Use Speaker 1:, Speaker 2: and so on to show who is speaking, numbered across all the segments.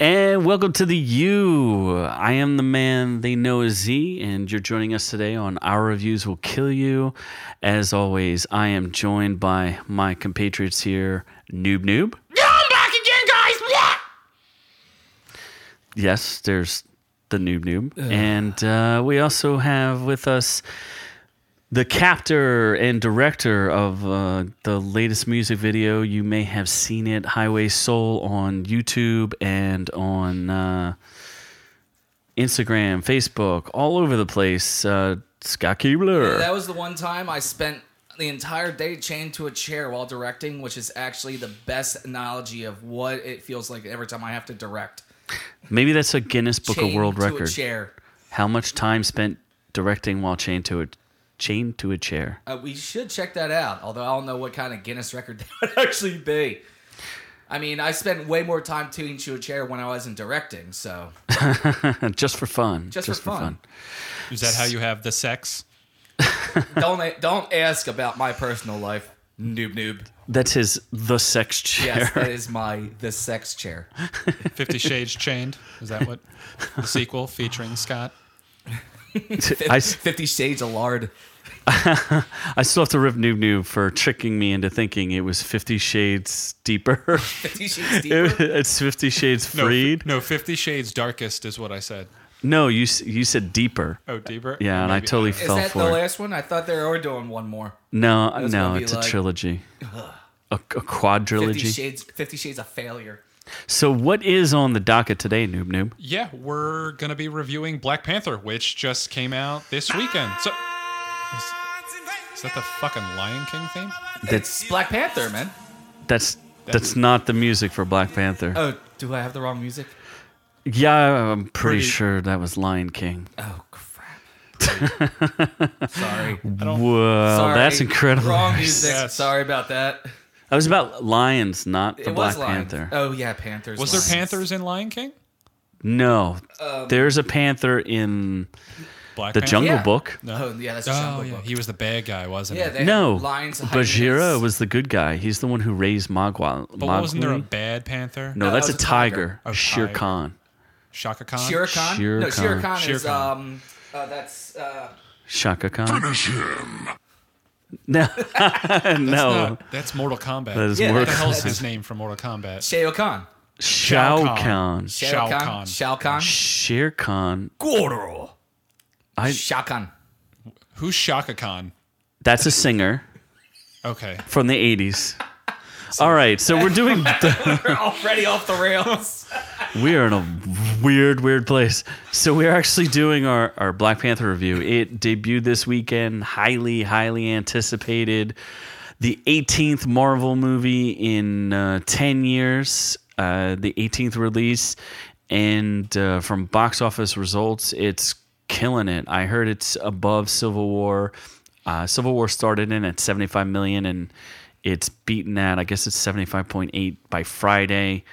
Speaker 1: welcome to the U. I am the man they know as Z, and you're joining us today on Our Reviews Will Kill You. As always, I am joined by my compatriots here, Noob Noob.
Speaker 2: I'm back again, guys. What?
Speaker 1: Yes, there's the Noob Noob. And uh, we also have with us the captor and director of uh, the latest music video. You may have seen it, Highway Soul, on YouTube and on uh, Instagram, Facebook, all over the place. Uh, Scott Keebler.
Speaker 2: That was the one time I spent the entire day chained to a chair while directing, which is actually the best analogy of what it feels like every time I have to direct.
Speaker 1: Maybe that's a Guinness Book of
Speaker 2: Chained
Speaker 1: World
Speaker 2: to a
Speaker 1: Record.
Speaker 2: chair.
Speaker 1: How much time spent directing while chained to a chained to a chair?
Speaker 2: Uh, we should check that out. Although I don't know what kind of Guinness record that would actually be. I mean, I spent way more time tuning to a chair when I wasn't directing. So
Speaker 1: Just for fun.
Speaker 2: Just for fun.
Speaker 3: Is that how you have the sex?
Speaker 2: don't a- don't ask about my personal life, noob noob.
Speaker 1: That's his the sex chair.
Speaker 2: Yes, that is my the sex chair.
Speaker 3: Fifty Shades Chained? Is that what the sequel featuring Scott?
Speaker 1: I, s-
Speaker 2: Fifty Shades of Lard.
Speaker 1: I still have to rip Noob Noob for tricking me into thinking it was Fifty Shades Deeper.
Speaker 2: Fifty Shades Deeper.
Speaker 1: it's Fifty Shades
Speaker 3: No, f-
Speaker 1: Freed.
Speaker 3: No, Fifty Shades Darkest is what I said.
Speaker 1: No, you s- you said deeper.
Speaker 3: Oh, deeper.
Speaker 1: Yeah, and I
Speaker 3: Maybe-
Speaker 1: totally
Speaker 2: Is
Speaker 1: fell
Speaker 2: that the
Speaker 1: for it.
Speaker 2: last one? I thought they were doing one more.
Speaker 1: No, uh,
Speaker 2: was
Speaker 1: no,
Speaker 2: gonna be
Speaker 1: it's a
Speaker 2: like-
Speaker 1: trilogy, a, a
Speaker 2: Fifty
Speaker 1: quadrilogy.
Speaker 2: Shades. Fifty Shades of Failure.
Speaker 1: So, what is on the docket today, Noob Noob?
Speaker 3: Yeah, we're gonna be reviewing Black Panther, which just came out this weekend. So, is, is that the fucking Lion King theme?
Speaker 1: That's
Speaker 2: It's Black Panther, man.
Speaker 1: that's that's not the music for Black Panther.
Speaker 2: Oh, do I have the wrong music?
Speaker 1: yeah, I'm pretty
Speaker 3: pretty-
Speaker 1: sure that was Lion King.
Speaker 2: Oh crap. Sorry.
Speaker 1: Well,
Speaker 2: Oh, Sorry.
Speaker 1: that's incredible.
Speaker 2: Wrong music.
Speaker 3: Yes.
Speaker 2: Sorry about that.
Speaker 1: That was about lions, not the
Speaker 2: it
Speaker 1: Black
Speaker 2: was lions.
Speaker 1: Panther.
Speaker 2: Oh yeah, Panthers.
Speaker 3: Was
Speaker 2: lions.
Speaker 3: there panthers in Lion King?
Speaker 1: No, there's a panther in
Speaker 3: Black
Speaker 1: the
Speaker 3: Panther?
Speaker 1: Jungle
Speaker 2: Yeah.
Speaker 1: Book.
Speaker 2: Oh yeah, that's
Speaker 3: Oh,
Speaker 2: Jungle
Speaker 3: yeah.
Speaker 2: Book.
Speaker 3: He was the bad guy, wasn't
Speaker 2: yeah,
Speaker 3: he?
Speaker 2: they
Speaker 1: No,
Speaker 2: had lions. hiding
Speaker 1: Bajira
Speaker 2: in-
Speaker 1: was the good guy. He's the one who raised Magua.
Speaker 3: But wasn't there a bad panther?
Speaker 1: no,
Speaker 2: No,
Speaker 1: that's
Speaker 2: that
Speaker 1: a
Speaker 2: was a tiger.
Speaker 1: tiger. Shere
Speaker 3: tiger.
Speaker 1: Khan.
Speaker 3: Shaka Khan.
Speaker 2: Shere Khan.
Speaker 1: Shere
Speaker 2: no, Shere
Speaker 1: Khan.
Speaker 2: Khan
Speaker 3: Shere
Speaker 2: is
Speaker 3: Khan.
Speaker 2: um. Uh, that's uh,
Speaker 1: Shaka Khan. No, no,
Speaker 3: No, that's Mortal Kombat.
Speaker 1: Oh. that is
Speaker 2: Yeah,
Speaker 1: more
Speaker 3: What the hell's
Speaker 1: Shao
Speaker 3: his name from Mortal Kombat?
Speaker 2: Shao Kahn.
Speaker 3: Shao
Speaker 1: Kahn.
Speaker 3: Kahn.
Speaker 2: Shao
Speaker 3: Shao
Speaker 2: Kahn.
Speaker 3: Kahn.
Speaker 2: Shao Kahn.
Speaker 1: Shere Khan.
Speaker 2: Goro.
Speaker 1: I-
Speaker 2: Shao Kahn.
Speaker 3: Who's Shaka Khan?
Speaker 1: That's a singer
Speaker 3: Okay.
Speaker 1: from the '80s. All right, so we're doing.
Speaker 2: We're already off the rails.
Speaker 1: We are in a weird, weird place. So we're actually doing our, our Black Panther review. It debuted this weekend, highly, highly anticipated. The 18th Marvel movie in uh, 10 years, uh, the 18th release. And uh, from box office results, it's killing it. I heard it's above Civil War. Uh, Civil War started in at 75 million and it's beaten that. I guess it's 75.8 by Friday.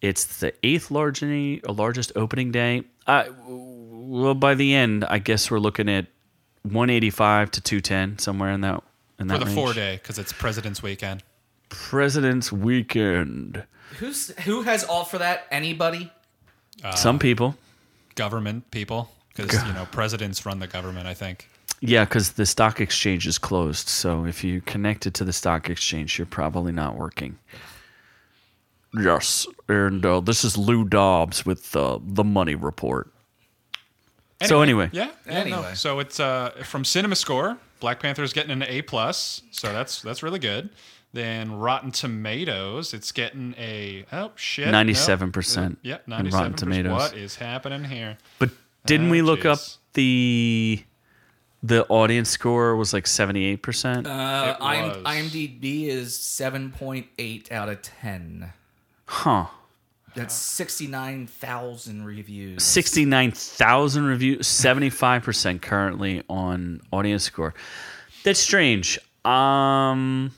Speaker 1: It's the eighth largest largest opening day. I, well, by the end, I guess we're looking at 185 to 210 somewhere in that in that
Speaker 3: For the
Speaker 1: range.
Speaker 3: four day, because it's President's Weekend.
Speaker 1: President's Weekend.
Speaker 2: Who's who has all for that? Anybody?
Speaker 3: Ah.
Speaker 1: Some people,
Speaker 3: Government people, because you know presidents run the government. I think.
Speaker 1: yeah, because the stock exchange is closed. So if you're connected to the stock exchange, you're probably not working. Yes, and uh, this is Lou Dobbs with uh, the Money Report. So anyway.
Speaker 3: Yeah. yeah
Speaker 2: Anyway.
Speaker 3: No. So it's uh, from Cinema Score. Black Panther's getting an A plus, so that's that's really good. Then Rotten Tomatoes, it's getting a oh shit, nope.
Speaker 1: 97%
Speaker 3: Yep,
Speaker 1: in Rotten
Speaker 3: ninety seven
Speaker 1: Tomatoes.
Speaker 3: What is happening here?
Speaker 1: But didn't
Speaker 3: Oh,
Speaker 1: we look up
Speaker 3: jeez.
Speaker 1: the the audience score was like seventy eight percent?
Speaker 2: Uh,
Speaker 3: It
Speaker 2: I'm,
Speaker 3: was.
Speaker 2: IMDb is 7.8 out of 10.
Speaker 1: Huh.
Speaker 2: That's 69,000 reviews.
Speaker 1: Sixty nine thousand reviews, seventy five percent currently on audience score. That's strange. Um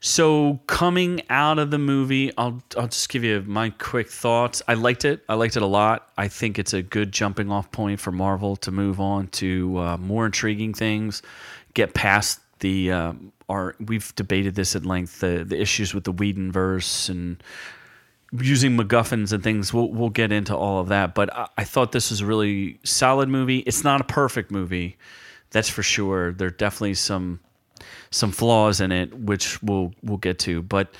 Speaker 1: so coming out of the movie, I'll I'll just give you my quick thoughts. I liked it. I liked it a lot. I think it's a good jumping off point for Marvel to move on to uh, more intriguing things, get past the uh, um, our we've debated this at length the the issues with the Whedon verse and using MacGuffins and things. We'll we'll get into all of that. But I, I thought this was a really solid movie. It's not a perfect movie, that's for sure. There are definitely some some flaws in it, which we'll we'll get to. But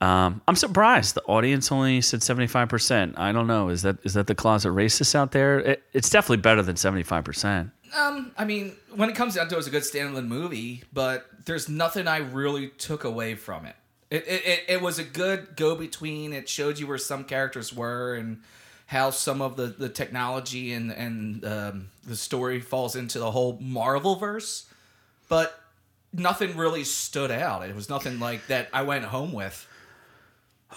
Speaker 1: um, I'm surprised the audience only said 75. percent I don't know. Is that is that the closet racist out there? It, it's definitely better than 75. percent
Speaker 2: Um, I mean, when it comes down to it, it's a good standalone movie, but there's nothing I really took away from it. It it, it, it was a good go between. It showed you where some characters were and how some of the, the technology and and um, the story falls into the whole Marvel verse, but nothing really stood out. It was nothing like that I went home with.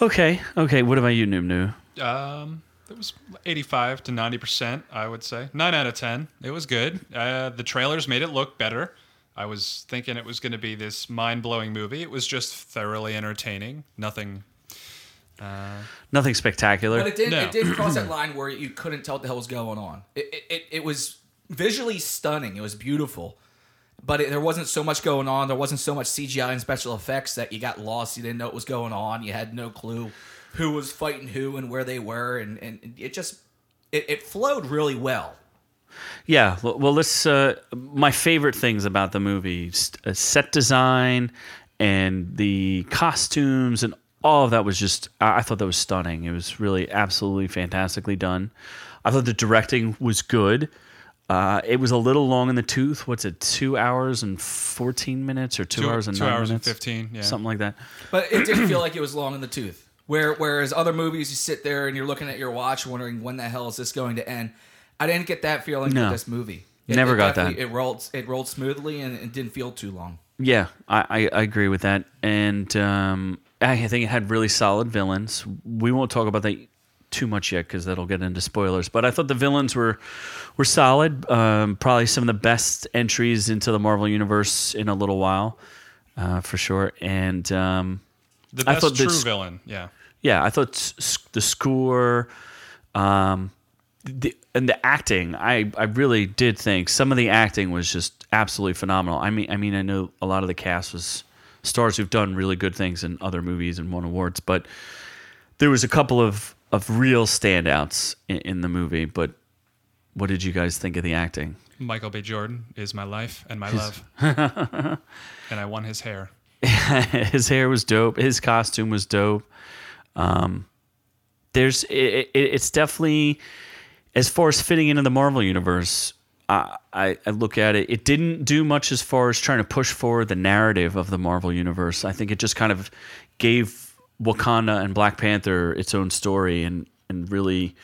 Speaker 1: Okay, okay. What about you, Noom Noo?
Speaker 3: Um, it was 85 to 90 percent, I would say. Nine out of ten. It was good. Uh, the trailers made it look better. I was thinking it was going to be this mind-blowing movie. It was just thoroughly entertaining. Nothing.
Speaker 1: Nothing spectacular.
Speaker 2: But it did.
Speaker 3: No.
Speaker 2: It did cross that line where you couldn't tell what the hell was going on. It it, it, it was visually stunning. It was beautiful, but it, there wasn't so much going on. There wasn't so much CGI and special effects that you got lost. You didn't know what was going on. You had no clue who was fighting who and where they were, and and it just it, it flowed really well.
Speaker 1: Yeah, well, well let's. Uh, my favorite things about the movie: s- uh, set design and the costumes, and all of that was just. I, I thought that was stunning. It was really absolutely fantastically done. I thought the directing was good. Uh, it was a little long in the tooth. What's it? Two hours and fourteen minutes, or two,
Speaker 3: Two-
Speaker 1: hours and
Speaker 3: two
Speaker 1: nine
Speaker 3: hours and
Speaker 1: minutes?
Speaker 3: 15, yeah.
Speaker 1: something like that.
Speaker 2: But it didn't feel like it was long in the tooth. Where whereas other movies, you sit there and you're looking at your watch, wondering when the hell is this going to end. I didn't get that feeling
Speaker 1: No.
Speaker 2: with this movie.
Speaker 1: Never got
Speaker 2: definitely-
Speaker 1: that.
Speaker 2: It rolled. It rolled smoothly and it didn't feel too long.
Speaker 1: Yeah, I, I, I agree with that. And um, I think it had really solid villains. We won't talk about that too much yet because that'll get into spoilers. But I thought the villains were were solid. Um, probably some of the best entries into the Marvel universe in a little while, uh, for sure. And um,
Speaker 3: The
Speaker 1: I
Speaker 3: best
Speaker 1: thought
Speaker 3: true
Speaker 1: this-
Speaker 3: villain. Yeah.
Speaker 1: yeah, I thought s- s- the score, um, the and the acting. I I really did think some of the acting was just absolutely phenomenal. I mean, I mean, I know a lot of the cast was stars who've done really good things in other movies and won awards, but there was a couple of of real standouts in, in the movie. But what did you guys think of the acting?
Speaker 3: Michael B. Jordan is my life and my love. and I won his hair.
Speaker 1: his hair was dope. His costume was dope. Um, there's it, it, it's definitely as far as fitting into the Marvel universe. I, I I look at it. It didn't do much as far as trying to push forward the narrative of the Marvel universe. I think it just kind of gave Wakanda and Black Panther its own story and and really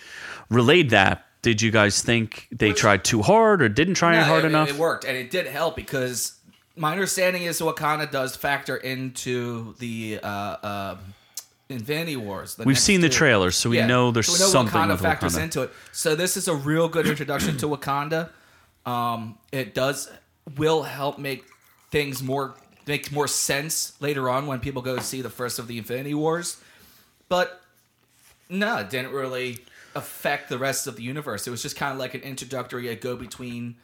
Speaker 1: relayed that. Did you guys think they tried too hard or didn't try
Speaker 2: No,
Speaker 1: hard
Speaker 2: it,
Speaker 1: enough?
Speaker 2: It worked, and it did help because my understanding is Wakanda does factor into the uh, uh, Infinity Wars. the
Speaker 1: We've
Speaker 2: next
Speaker 1: seen the
Speaker 2: two.
Speaker 1: trailers, so we
Speaker 2: Yeah.
Speaker 1: know there's
Speaker 2: So we know
Speaker 1: something
Speaker 2: Wakanda
Speaker 1: with
Speaker 2: factors
Speaker 1: Wakanda.
Speaker 2: into it. So this is a real good introduction to Wakanda. Um, it does will help make things more make more sense later on when people go see the first of the Infinity Wars. But no, it didn't really affect the rest of the universe. It was just kind of like an introductory, a go between.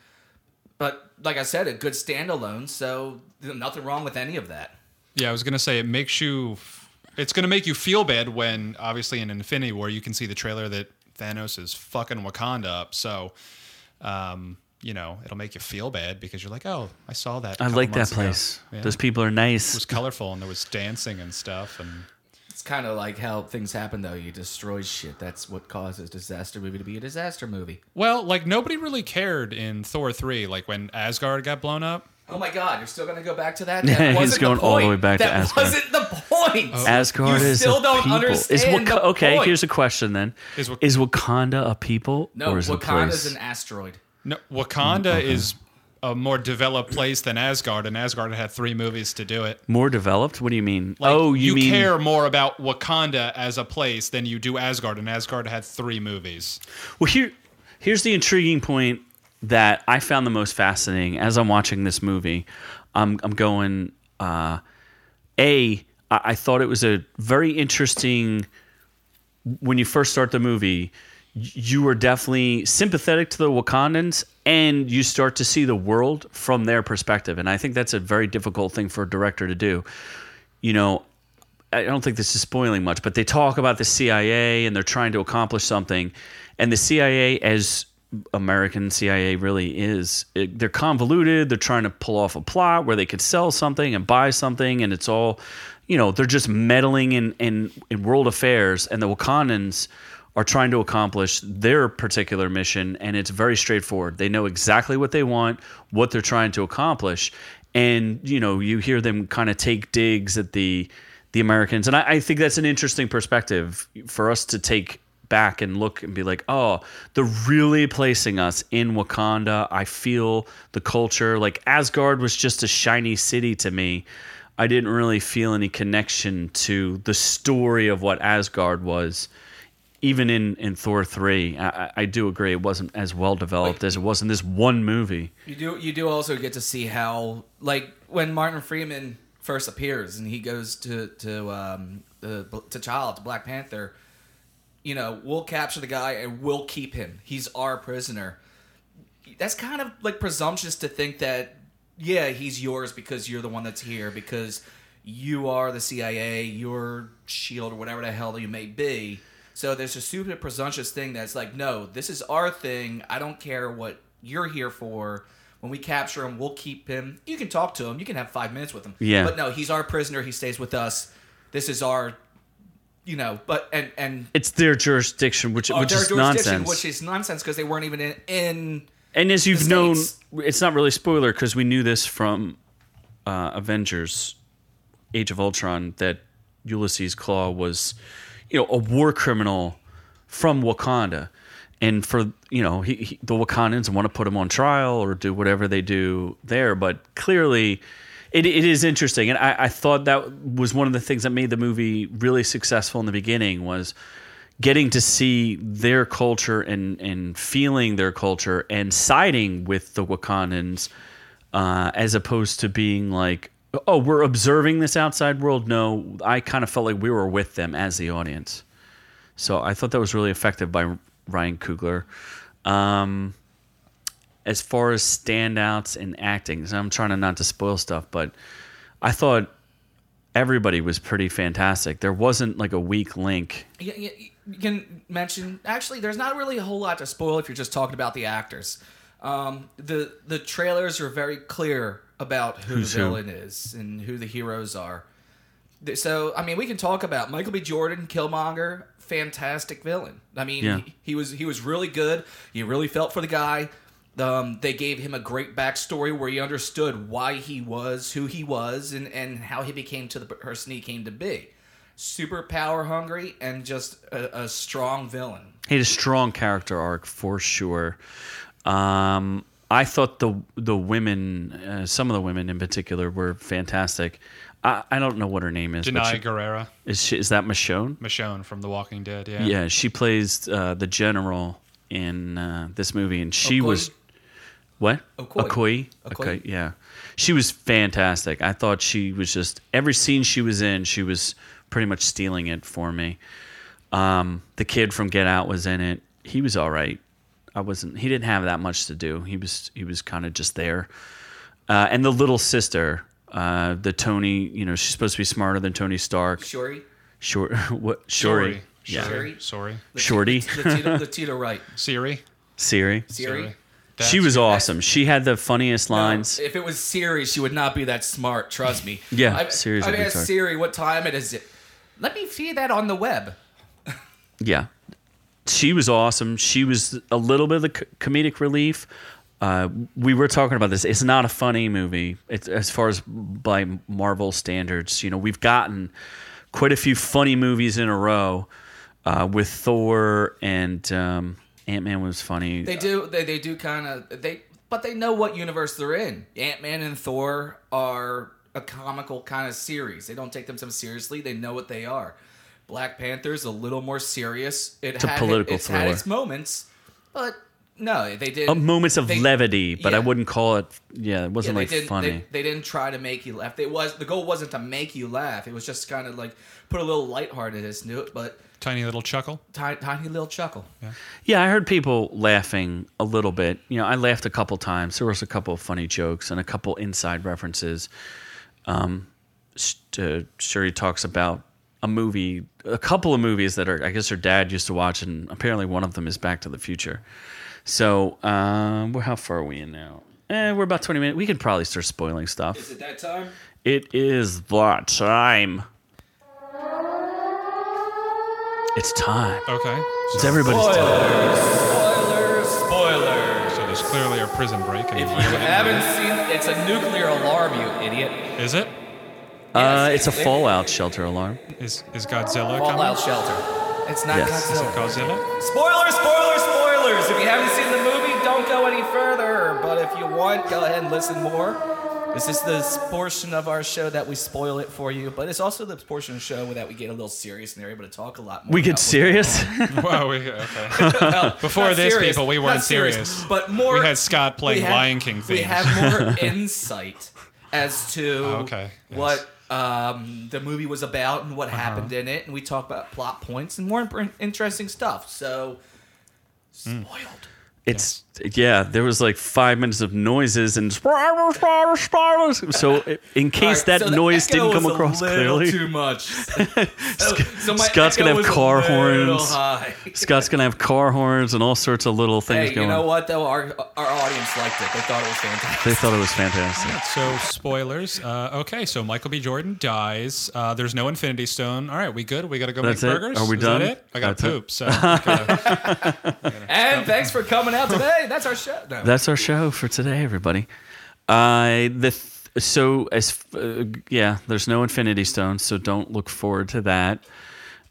Speaker 2: But like I said, a good standalone. So nothing wrong with any of that.
Speaker 3: Yeah, I was gonna say it makes you. It's gonna make you feel bad when, obviously, in Infinity War, you can see the trailer that Thanos is fucking Wakanda up. So, um, you know, it'll make you feel bad because you're like, oh, I saw that. a
Speaker 1: I
Speaker 3: couple
Speaker 1: like that
Speaker 3: months ago.
Speaker 1: place.
Speaker 3: Yeah.
Speaker 1: Those
Speaker 3: it
Speaker 1: people are nice.
Speaker 3: was colorful and there was dancing and stuff. And
Speaker 2: It's kind of like how things happen, though. You destroy shit. That's what causes disaster movie to be a disaster movie.
Speaker 3: well, like nobody really cared in Thor three, like when Asgard got blown up.
Speaker 2: Oh my god, you're still gonna go back to that?
Speaker 1: Yeah,
Speaker 2: That
Speaker 1: he's
Speaker 2: wasn't
Speaker 1: going
Speaker 2: the
Speaker 1: all the
Speaker 2: point.
Speaker 1: way back to
Speaker 2: that
Speaker 1: Asgard.
Speaker 2: wasn't the point.
Speaker 1: Asgard
Speaker 2: you
Speaker 1: is
Speaker 2: still
Speaker 1: a
Speaker 2: don't
Speaker 1: people.
Speaker 2: understand.
Speaker 1: Is Waka-
Speaker 2: the
Speaker 1: okay,
Speaker 2: point.
Speaker 1: here's a question then.
Speaker 3: Is
Speaker 1: Is,
Speaker 3: Wak-
Speaker 1: Wakanda a people
Speaker 2: no.
Speaker 1: or is it a place?
Speaker 2: Wakanda's an asteroid.
Speaker 3: No, Wakanda
Speaker 1: Mm,
Speaker 3: is a more developed place than Asgard, and Asgard had three movies to do it.
Speaker 1: More developed? What do you mean?
Speaker 3: Like,
Speaker 1: oh, you, mean
Speaker 3: care more about Wakanda as a place than you do Asgard, and Asgard had three movies.
Speaker 1: Well, here, here's the intriguing point that I found the most fascinating as I'm watching this movie. I'm, I'm going, uh, A, I, I thought it was a very interesting. When you first start the movie, y- you were definitely sympathetic to the Wakandans and you start to see the world from their perspective. And I think that's a very difficult thing for a director to do. You know, I don't think this is spoiling much, but they talk about the CIA and they're trying to accomplish something, and the CIA as American CIA really is. It, they're convoluted. They're trying to pull off a plot where they could sell something and buy something, and it's all, you know, they're just meddling in in, in world affairs. And the Wakandans are trying to accomplish their particular mission, and it's very straightforward. They know exactly what they want, what they're trying to accomplish, and you know, you hear them kind of take digs at the the Americans, and I, I think that's an interesting perspective for us to take back and look and be like, oh, they're really placing us in Wakanda. I feel the culture. Like Asgard was just a shiny city to me. I didn't really feel any connection to the story of what Asgard was. Even in, in Thor 3, I, I do agree it wasn't as well developed as it was in this one movie.
Speaker 2: You do you do also get to see how like when Martin Freeman first appears and he goes to to um uh, to Child to Black Panther, you know, we'll capture the guy and we'll keep him. He's our prisoner. That's kind of like presumptuous to think that yeah, he's yours because you're the one that's here because you are the CIA, your shield or whatever the hell you may be. So there's a stupid presumptuous thing that's like, no, this is our thing. I don't care what you're here for. When we capture him, we'll keep him. You can talk to him. You can have five minutes with him.
Speaker 1: Yeah.
Speaker 2: But no, he's our prisoner. He stays with us. This is our, you know. But and and
Speaker 1: It's their jurisdiction, which,
Speaker 2: our
Speaker 1: which is
Speaker 2: Oh, jurisdiction,
Speaker 1: nonsense.
Speaker 2: which is nonsense because they weren't even in. in
Speaker 1: And as you've
Speaker 2: the
Speaker 1: known,
Speaker 2: States.
Speaker 1: it's not really a spoiler because we knew this from uh, Avengers: Age of Ultron that Ulysses Claw was, you know, a war criminal from Wakanda, and for you know, he, he, the Wakandans want to put him on trial or do whatever they do there. But clearly, it, it is interesting, and I, I thought that was one of the things that made the movie really successful in the beginning was getting to see their culture and and feeling their culture and siding with the Wakandans uh, as opposed to being like, oh, we're observing this outside world. No, I kind of felt like we were with them as the audience. So I thought that was really effective by Ryan Coogler. Um, as far as standouts and acting, so I'm trying to not to spoil stuff, but I thought everybody was pretty fantastic. There wasn't like a weak link.
Speaker 2: you, you- you can mention actually there's not really a whole lot to spoil if you're just talking about the actors um, the the trailers are very clear about who
Speaker 1: Who's
Speaker 2: the
Speaker 1: who.
Speaker 2: villain is and who the heroes are Th- so i mean we can talk about michael b jordan killmonger fantastic villain i mean
Speaker 1: Yeah.
Speaker 2: he, he was he was really good you really felt for the guy um, they gave him a great backstory where he understood why he was who he was and, and how he became to the person he came to be super power hungry and just a, a strong villain.
Speaker 1: He had a strong character arc for sure. Um, I thought the the women, uh, some of the women in particular, were fantastic. I, I don't know what her name is. but
Speaker 3: Denai
Speaker 1: she-
Speaker 3: Guerrera,
Speaker 1: is, she, is that Michonne?
Speaker 3: Michonne from The Walking Dead. Yeah.
Speaker 1: Yeah, she plays uh, the general in uh, this movie, and she
Speaker 2: Okoye?
Speaker 1: was what
Speaker 2: Okoye.
Speaker 1: Okoye?
Speaker 2: Okoye.
Speaker 1: Okay, yeah, she was fantastic. I thought she was just every scene she was in, she was pretty much stealing it for me. Um, the kid from Get Out was in it. He was all right. I wasn't. He didn't have that much to do. He was. He was kind of just there. Uh, and the little sister, uh, the Tony. You know, she's supposed to be smarter than Tony Stark.
Speaker 2: Shuri,
Speaker 1: Short. What? Shuri.
Speaker 3: Sorry.
Speaker 1: Yeah.
Speaker 2: Sorry.
Speaker 3: Sorry.
Speaker 1: Shorty.
Speaker 2: Latita, Latita Wright,
Speaker 3: Siri.
Speaker 1: Siri.
Speaker 2: Siri.
Speaker 3: That's-
Speaker 1: she was awesome. She had the funniest lines.
Speaker 2: If it was Siri, she would not be that smart. Trust me.
Speaker 1: Yeah,
Speaker 2: I,
Speaker 1: Siri's
Speaker 2: I
Speaker 1: a
Speaker 2: asked
Speaker 1: retard.
Speaker 2: Siri what time it is. Let me see that on the web.
Speaker 1: yeah. She was awesome. She was a little bit of the c- comedic relief. Uh, we were talking about this. It's not a funny movie it's, as far as by Marvel standards. You know, we've gotten quite a few funny movies in a row uh, with Thor and um, Ant Man was funny.
Speaker 2: They do. They, they do kind of they, but they know what universe they're in. Ant Man and Thor are a comical kind of series. They don't take themselves seriously. They know what they are. Black Panther's a little more serious. It it's
Speaker 1: a
Speaker 2: had,
Speaker 1: political
Speaker 2: it's had
Speaker 1: thriller.
Speaker 2: its moments, but no, they did
Speaker 1: Uh, moments of
Speaker 2: they-
Speaker 1: levity, but I
Speaker 2: yeah.
Speaker 1: wouldn't call it. Yeah, it wasn't
Speaker 2: Yeah,
Speaker 1: like
Speaker 2: they didn't,
Speaker 1: funny.
Speaker 2: They, they didn't try to make you laugh. It was the goal wasn't to make you laugh. It was just kind of like put a little lightheartedness into it, but
Speaker 3: Tiny little chuckle.
Speaker 2: tiny, tiny little chuckle.
Speaker 1: Yeah, I heard people laughing a little bit. You know, I laughed a couple times. There was a couple of funny jokes and a couple inside references. Um, Sh- uh, Shuri talks about a movie, a couple of movies that are I guess her dad used to watch, and apparently one of them is Back to the Future. So, um, we're how far are we in now? Eh, we're about twenty minutes. We could probably start spoiling stuff.
Speaker 2: Is it that time?
Speaker 1: It is that time. It's time.
Speaker 3: Okay.
Speaker 1: It's everybody's time.
Speaker 2: Spoilers! Spoilers!
Speaker 3: So there's clearly a prison break.
Speaker 2: If
Speaker 3: And
Speaker 2: you haven't seen, it's a nuclear alarm, you idiot.
Speaker 3: is it?
Speaker 1: Uh, it's a fallout shelter alarm.
Speaker 3: Is is Godzilla
Speaker 2: Fallout
Speaker 3: coming?
Speaker 2: shelter. It's not
Speaker 1: Yes.
Speaker 3: Is it
Speaker 2: Godzilla.
Speaker 3: Godzilla?
Speaker 2: Spoilers! Spoilers! Spoilers! If you haven't seen the movie, don't go any further. But if you want, go ahead and listen more. This is the portion of our show that we spoil it for you, but it's also the portion of the show that we get a little serious and they're able to talk a lot more.
Speaker 1: We
Speaker 2: about
Speaker 1: get
Speaker 2: what's
Speaker 1: serious.
Speaker 3: Whoa. We, okay.
Speaker 2: going on. Well,
Speaker 3: Before
Speaker 2: not
Speaker 3: this,
Speaker 2: serious,
Speaker 3: people, we
Speaker 2: not
Speaker 3: weren't serious.
Speaker 2: But more,
Speaker 3: We had Scott playing
Speaker 2: we had-
Speaker 3: Lion King
Speaker 2: We
Speaker 3: themes. Oh,
Speaker 2: have more insight as to
Speaker 3: okay, yes. Uh-huh.
Speaker 2: what um, the movie was about and what happened in it, and we talk about plot points and more imp- interesting stuff. So,
Speaker 3: Hmm.
Speaker 2: spoiled.
Speaker 1: It's yeah. There was like five minutes of noises and spirals, spirals, spirals. So in case
Speaker 2: All right,
Speaker 1: that
Speaker 2: so the
Speaker 1: noise didn't
Speaker 2: echo
Speaker 1: come
Speaker 2: was a
Speaker 1: across
Speaker 2: little
Speaker 1: clearly,
Speaker 2: Too much. So, so my
Speaker 1: Scott's gonna have
Speaker 2: echo was a
Speaker 1: car
Speaker 2: little
Speaker 1: horns.
Speaker 2: high.
Speaker 1: Scott's gonna have car horns and all sorts of little things
Speaker 2: Hey, you
Speaker 1: going.
Speaker 2: know
Speaker 1: on.
Speaker 2: what though? Our our audience liked it. They thought it was fantastic.
Speaker 1: They thought it was fantastic.
Speaker 3: So spoilers. Uh, okay. So Michael B. Jordan dies. Uh, there's no Infinity Stone. All right. We good? We gotta go
Speaker 1: That's
Speaker 3: make
Speaker 1: it?
Speaker 3: burgers.
Speaker 1: Are we
Speaker 3: Is
Speaker 1: done?
Speaker 3: That it? I got
Speaker 1: That's
Speaker 3: to
Speaker 1: it.
Speaker 3: poop. So we gotta-
Speaker 2: And thanks for coming out today. That's our show. No.
Speaker 1: That's our show for today, everybody. Uh, the th- so as uh, yeah, there's no Infinity Stone, so don't look forward to that.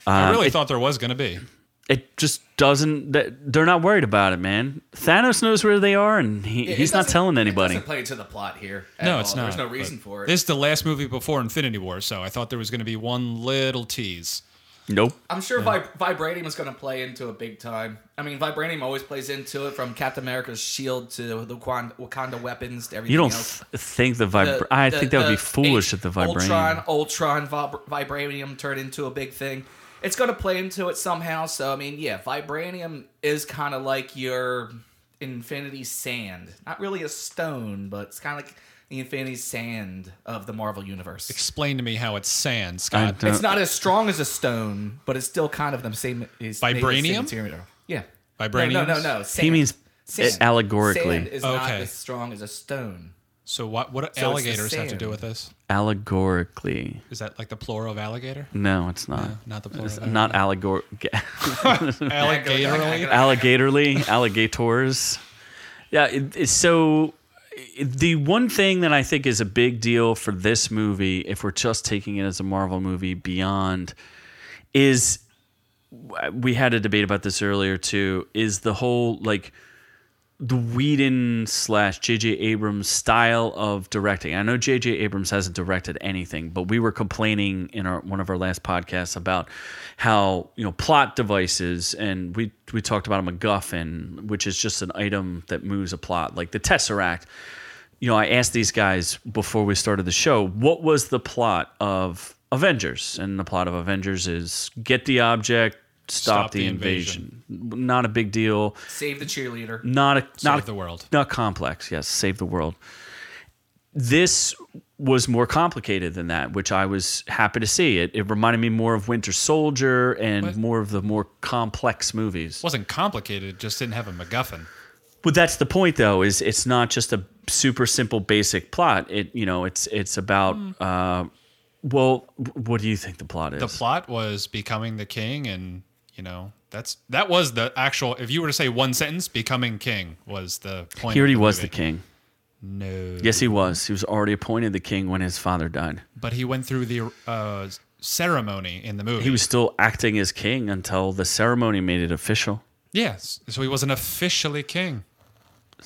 Speaker 1: Uh,
Speaker 3: I really thought there was gonna be.
Speaker 1: It just doesn't. th- They're not worried about it, man. Thanos knows where they are, and he,
Speaker 2: It
Speaker 1: he's not
Speaker 2: doesn't-
Speaker 1: telling
Speaker 2: It
Speaker 1: anybody.
Speaker 2: doesn't play into the plot here. at
Speaker 3: No,
Speaker 2: all.
Speaker 3: it's not.
Speaker 2: There's no
Speaker 3: but
Speaker 2: reason for it.
Speaker 3: This is the last movie before Infinity War, so I thought there was going to be one little tease.
Speaker 1: Nope.
Speaker 2: I'm sure vib- vibranium is going to play into it big time. I mean, vibranium always plays into it from Captain America's shield to the Wakanda, Wakanda weapons to everything
Speaker 1: You don't
Speaker 2: else.
Speaker 1: th- think the
Speaker 2: The-
Speaker 1: vibra- I
Speaker 2: the-
Speaker 1: think that would be
Speaker 2: the
Speaker 1: foolish
Speaker 2: eight-
Speaker 1: at the vibranium.
Speaker 2: Ultron, Ultron, vib- vibranium turned into a big thing. It's going to play into it somehow. So I mean, yeah, vibranium is kind of like your Infinity Sand. Not really a stone, but it's kind of like the Infinity Sand of the Marvel Universe.
Speaker 3: Explain to me how it's sand, Scott.
Speaker 1: don't-
Speaker 2: It's not as strong as a stone, but it's still kind of the same. Is
Speaker 3: Vibranium?
Speaker 2: Yeah.
Speaker 3: Vibranium?
Speaker 2: No, no, no. no. Sand.
Speaker 1: He means
Speaker 2: Sand.
Speaker 1: it allegorically.
Speaker 2: Sand is not
Speaker 3: Okay.
Speaker 2: as strong as a stone.
Speaker 3: So what? What do
Speaker 2: the
Speaker 3: alligators have to
Speaker 2: sand.
Speaker 3: do with this?
Speaker 1: allegorically.
Speaker 3: Is that like the plural of alligator?
Speaker 1: No, it's not.
Speaker 3: Not the plural.
Speaker 1: It's
Speaker 3: Of
Speaker 1: not allegor.
Speaker 3: alligatorally.
Speaker 1: alligatorly alligators yeah it, it's so it- the one thing that i think is a big deal for this movie if we're just taking it as a marvel movie beyond is we had a debate about this earlier too is the whole like the Whedon slash J.J. Abrams style of directing. I know J.J. Abrams hasn't directed anything, but we were complaining in our one of our last podcasts about how you know plot devices, and we we talked about a MacGuffin, which is just an item that moves a plot, like the Tesseract. You know, I asked these guys before we started the show, what was the plot of Avengers? And the plot of Avengers is get the object, stop, the,
Speaker 3: the
Speaker 1: invasion. Not a big deal
Speaker 2: Save the cheerleader.
Speaker 1: not a not
Speaker 3: the world.
Speaker 1: not complex. Yes, save the world. This was more complicated than that, which I was happy to see. It it reminded me more of Winter Soldier and more of the more complex movies.
Speaker 3: wasn't complicated. It just didn't have a MacGuffin.
Speaker 1: But that's the point, though, is it's not just a super simple basic plot. It you know it's it's about. Uh, well, w- what do you think the plot is?
Speaker 3: Hmm. The plot was becoming the king, and you know that's that was the actual. If you were to say one sentence, becoming king was the point.
Speaker 1: he
Speaker 3: of
Speaker 1: already
Speaker 3: the
Speaker 1: was
Speaker 3: movie.
Speaker 1: the king.
Speaker 3: No.
Speaker 1: Yes, he was. He was already appointed the king when his father died.
Speaker 3: But he went through the uh, ceremony in the movie.
Speaker 1: He was still acting as king until the ceremony made it official.
Speaker 3: yes. So he wasn't officially king.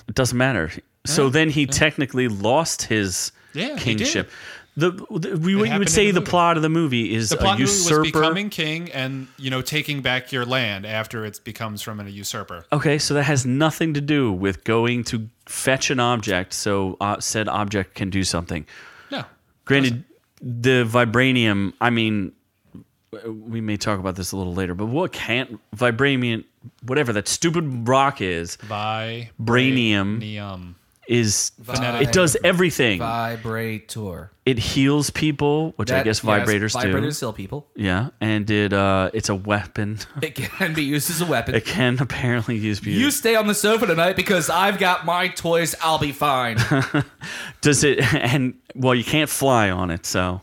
Speaker 1: It doesn't matter. So then he technically lost his
Speaker 3: Yeah, he
Speaker 1: kingship. The, the we, what you
Speaker 3: happened in
Speaker 1: would say
Speaker 3: the
Speaker 1: the
Speaker 3: movie.
Speaker 1: plot of the movie is
Speaker 3: The plot
Speaker 1: a
Speaker 3: of the movie
Speaker 1: usurper.
Speaker 3: was becoming king and you know taking back your land after it becomes from a usurper.
Speaker 1: okay, so that has nothing to do with going to fetch an object so uh, said object can do something.
Speaker 3: No,
Speaker 1: Granted, the vibranium. I mean, w- we may talk about this a little later, but what can't vibranium? Whatever that stupid rock is,
Speaker 3: vibranium.
Speaker 1: brainium is
Speaker 2: Phonetic.
Speaker 1: it does everything.
Speaker 2: Vibrator.
Speaker 1: It heals people, which I
Speaker 2: That-
Speaker 1: guess
Speaker 2: yes,
Speaker 1: vibrators
Speaker 2: Vibrators
Speaker 1: do.
Speaker 2: heal people.
Speaker 1: Yeah, and it uh, it's a weapon.
Speaker 2: It can be used as a weapon.
Speaker 1: It can apparently use be
Speaker 2: you stay on the sofa tonight because I've got my toys. I'll be fine.
Speaker 1: Does it? And well, you can't fly on it, so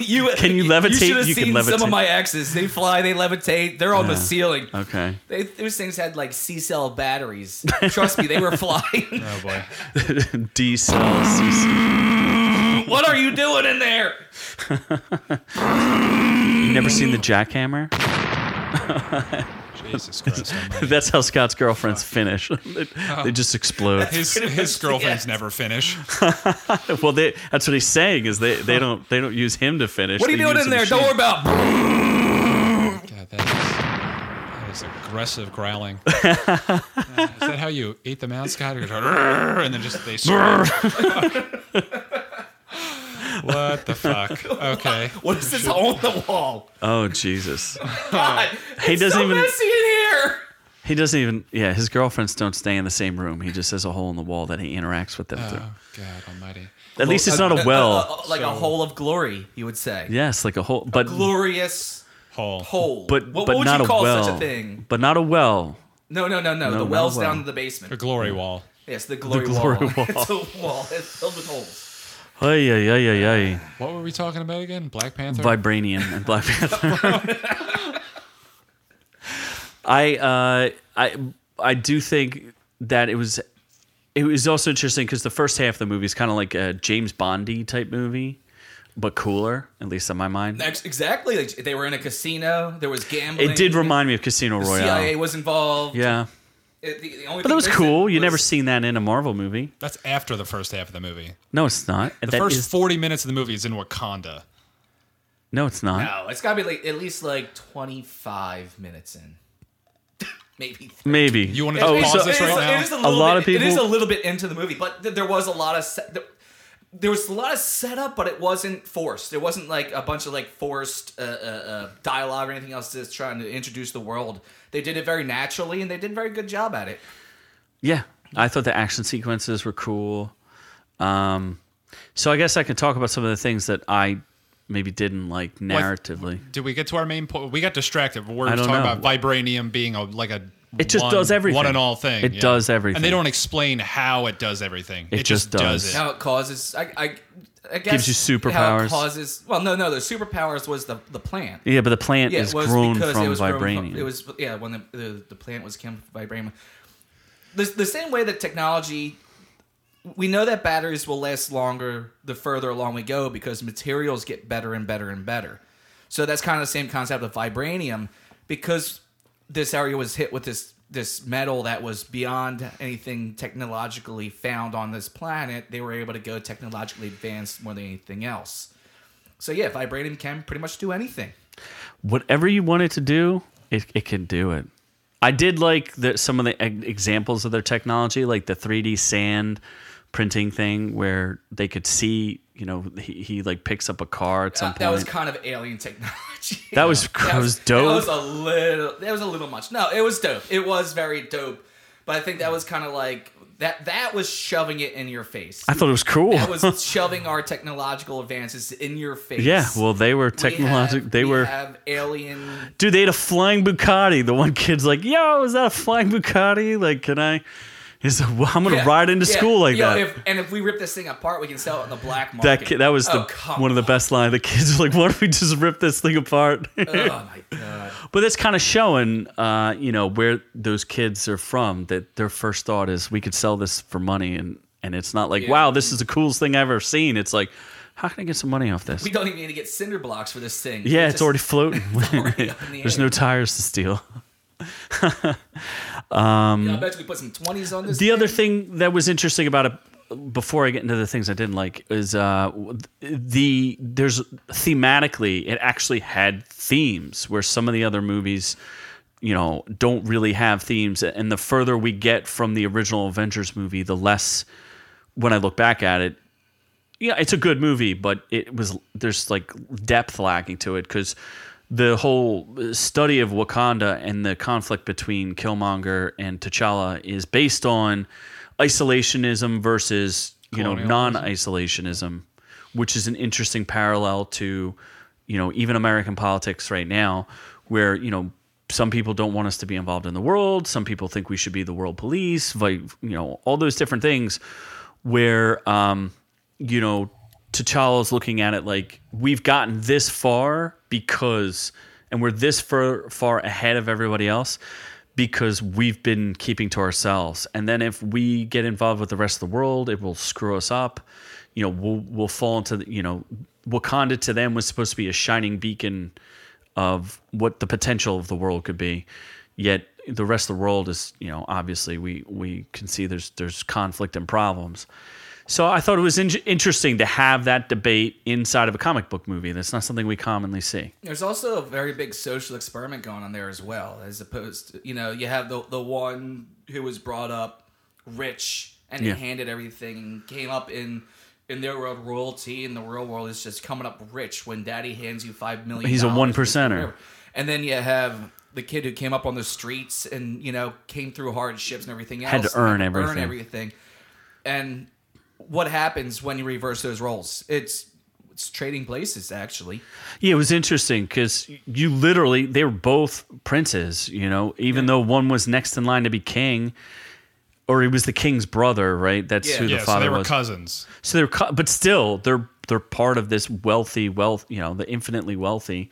Speaker 2: you
Speaker 1: Can you levitate?
Speaker 2: You should have
Speaker 1: You can
Speaker 2: seen some
Speaker 1: levitate.
Speaker 2: of my exes. They fly. They levitate. They're on the ceiling.
Speaker 1: okay.
Speaker 2: They, those things had like C cell batteries. Trust me, they were flying.
Speaker 3: Oh boy.
Speaker 1: D cell C cell.
Speaker 2: what are you doing in there?
Speaker 1: You never seen the jackhammer?
Speaker 3: Jesus Christ. Oh, almighty.
Speaker 1: That's how Scott's girlfriends finish. They-
Speaker 2: Oh.
Speaker 1: they just explode.
Speaker 3: His his girlfriends never finish.
Speaker 1: Well, they, that's what he's saying is they, they don't they don't use him to finish.
Speaker 2: What are you
Speaker 1: They
Speaker 2: doing
Speaker 1: use
Speaker 2: in
Speaker 1: the
Speaker 2: there? Don't worry
Speaker 1: machine.
Speaker 2: about.
Speaker 3: God, that is, that is aggressive growling. Uh, is that how you ate them out, Scott? You're just, "Rrrr," and then just they swear. what the fuck? Okay.
Speaker 2: What is this on the wall?
Speaker 1: Oh Jesus!
Speaker 2: God,
Speaker 1: He
Speaker 2: it's
Speaker 1: doesn't
Speaker 2: so
Speaker 1: even-
Speaker 2: messy in here.
Speaker 1: He doesn't even. Yeah, his girlfriends don't stay in the same room. He just has a hole in the wall that he interacts with them through.
Speaker 3: Oh God Almighty.
Speaker 1: At least it's not a well.
Speaker 2: Uh, uh, like a hole of glory, you would say.
Speaker 1: Yes, like a hole, but
Speaker 2: Glorious
Speaker 3: Hole.
Speaker 2: hole.
Speaker 1: but
Speaker 2: what,
Speaker 1: but
Speaker 2: what would
Speaker 1: not
Speaker 2: you call
Speaker 1: a well.
Speaker 2: such a thing?
Speaker 1: But not a well.
Speaker 2: No, no, no, no.
Speaker 1: not
Speaker 2: the
Speaker 1: a
Speaker 2: well's
Speaker 1: well.
Speaker 2: down in the
Speaker 3: A
Speaker 2: basement.
Speaker 3: glory wall.
Speaker 2: Yes, the glory,
Speaker 1: glory
Speaker 2: wall.
Speaker 1: wall.
Speaker 2: it's a wall. It's filled with holes.
Speaker 1: Ay ay ay ay ay.
Speaker 3: What were we talking about again? Black Panther.
Speaker 1: Vibranium and Black Panther. I uh, I I do think that it was it was also interesting because the first half of the movie is kind of like a James Bondy type movie, but cooler at least in my mind.
Speaker 2: Ex- Exactly. Like, they were in a casino. There was gambling.
Speaker 1: It did remind me of Casino Royale.
Speaker 2: CIA was involved.
Speaker 1: Yeah,
Speaker 2: It- the- the only
Speaker 1: but
Speaker 2: thing
Speaker 1: that was
Speaker 2: missing
Speaker 1: cool. You
Speaker 2: was-
Speaker 1: never seen that in a Marvel movie.
Speaker 3: That's after the first half of the movie.
Speaker 1: No, it's not.
Speaker 3: The
Speaker 1: That
Speaker 3: first
Speaker 1: is-
Speaker 3: forty minutes of the movie is in Wakanda.
Speaker 1: no, it's not.
Speaker 2: No, it's got to be like at least like twenty five minutes in, maybe.
Speaker 1: Maybe
Speaker 3: You wanna
Speaker 1: Oh,
Speaker 3: just
Speaker 1: so-
Speaker 3: pause this
Speaker 2: It is-
Speaker 3: right now?
Speaker 2: it is
Speaker 1: A
Speaker 2: little
Speaker 1: lot
Speaker 2: bit-
Speaker 1: of
Speaker 2: It is a
Speaker 1: people-
Speaker 2: little bit into the movie, but th- there was a lot of set, there, there was a lot of setup, but it wasn't forced. There wasn't like a bunch of like forced uh, uh, uh, dialogue or anything else that's trying to introduce the world. They did it very naturally, and they did a very good job at it.
Speaker 1: Yeah, I thought the action sequences were cool. Um, so I guess I can talk about some of the things that I maybe didn't like narratively.
Speaker 3: Did we get to our main point? We got distracted. We're
Speaker 1: I don't
Speaker 3: talking
Speaker 1: know.
Speaker 3: about vibranium being a like a.
Speaker 1: It just
Speaker 3: one-
Speaker 1: does everything.
Speaker 3: One and all thing.
Speaker 1: It does
Speaker 3: And
Speaker 1: everything.
Speaker 3: they don't explain how it does everything. It,
Speaker 1: just
Speaker 3: just does,
Speaker 1: does.
Speaker 3: it.
Speaker 2: How it causes, I, I, I
Speaker 1: Gives
Speaker 2: guess,
Speaker 1: you
Speaker 2: How
Speaker 1: superpowers.
Speaker 2: it causes? Well, no, no, the superpowers was the the plant.
Speaker 1: yeah, but the plant
Speaker 2: Yeah,
Speaker 1: is
Speaker 2: it was
Speaker 1: grown
Speaker 2: because
Speaker 1: from
Speaker 2: it was Grown
Speaker 1: vibranium.
Speaker 2: from, it was yeah when the, the, the plant was came from vibranium. The, the same way that technology, we know that batteries will last longer the further along we go because materials get better and better and better. So that's kind of the same concept of vibranium because this area was hit with this this metal that was beyond anything technologically found on this planet. They were able to go technologically advanced more than anything else. So yeah, vibranium can pretty much do anything.
Speaker 1: Whatever you want it to do, it, it can do it. I did like the, some of the e- examples of their technology, like the 3D sand printing thing, where they could see. You know, he, he like picks up a car at some
Speaker 2: Uh,
Speaker 1: point.
Speaker 2: that was kind of alien technology.
Speaker 1: That was- that was dope.
Speaker 2: That was a little. That was a little much. No, it was dope. It was very dope. But I think that was kind of like that. That was shoving it in your face.
Speaker 1: I thought it was cool.
Speaker 2: That was shoving our technological advances in your face.
Speaker 1: yeah, well, they were
Speaker 2: We have-
Speaker 1: technologic. they
Speaker 2: we
Speaker 1: were.
Speaker 2: have alien.
Speaker 1: dude, they had a flying Bucati. The one kid's like, yo, is that a flying Bucati? Like, can I? He's like, well, I'm gonna
Speaker 2: Yeah,
Speaker 1: ride into
Speaker 2: yeah,
Speaker 1: school like
Speaker 2: yo,
Speaker 1: that.
Speaker 2: If, and if we rip this thing apart, we can sell it on the black market.
Speaker 1: that kid, that was
Speaker 2: Oh,
Speaker 1: the
Speaker 2: come
Speaker 1: one of the
Speaker 2: on.
Speaker 1: best lines. The kids were like, "Why don't we just rip this thing apart?"
Speaker 2: Oh my god.
Speaker 1: but that's kind of showing, uh, you know, where those kids are from. That their first thought is, "We could sell this for money," and and it's not like,
Speaker 2: Yeah.
Speaker 1: "Wow, this is the coolest thing I've ever seen." It's like, "How can I get some money off this?"
Speaker 2: We don't even need to get cinder blocks for this thing.
Speaker 1: Yeah, it's
Speaker 2: Just-
Speaker 1: already floating.
Speaker 2: already up in the
Speaker 1: There's
Speaker 2: air.
Speaker 1: no tires to steal.
Speaker 2: I bet you we put some twenties on this.
Speaker 1: The other thing that was interesting about it, before I get into the things I didn't like, is uh, the there's thematically it actually had themes where some of the other movies, you know, don't really have themes. And the further we get from the original Avengers movie, the less when I look back at it, yeah, it's a good movie, but it was there's like depth lacking to it because the whole study of Wakanda and the conflict between Killmonger and T'Challa is based on isolationism versus you know
Speaker 3: Colonialism.
Speaker 1: non-isolationism, which is an interesting parallel to you know even American politics right now, where you know some people don't want us to be involved in the world, some people think we should be the world police, like you know all those different things, where um, you know T'Challa's looking at it like we've gotten this far because, and we're this far, far ahead of everybody else because we've been keeping to ourselves. And then if we get involved with the rest of the world, it will screw us up. You know, we'll we'll fall into the, you know Wakanda to them was supposed to be a shining beacon of what the potential of the world could be. Yet the rest of the world is, you know, obviously we we can see there's there's conflict and problems. So I thought it was in- interesting to have that debate inside of a comic book movie. That's not something we commonly see.
Speaker 2: There's also a very big social experiment going on there as well, as opposed to you know you have the the one who was brought up rich and
Speaker 1: Yeah.
Speaker 2: handed everything and came up in in their world royalty in the real world is just coming up rich when daddy hands you five million.
Speaker 1: He's a
Speaker 2: dollars,
Speaker 1: one percenter.
Speaker 2: whatever. And then you have the kid who came up on the streets and you know came through hardships and everything else
Speaker 1: Had to
Speaker 2: and
Speaker 1: earn everything.
Speaker 2: earn everything. And what happens when you reverse those roles? It's it's trading places actually.
Speaker 1: Yeah, it was interesting because you literally they were both princes. You know, even though one was next in line to be king, or he was the king's brother, right? That's
Speaker 2: Yeah.
Speaker 1: who the
Speaker 3: Yeah, so
Speaker 1: father
Speaker 3: they were
Speaker 1: was.
Speaker 3: cousins.
Speaker 1: so they're, co- but still, they're they're part of this wealthy, wealth. You know, the infinitely wealthy,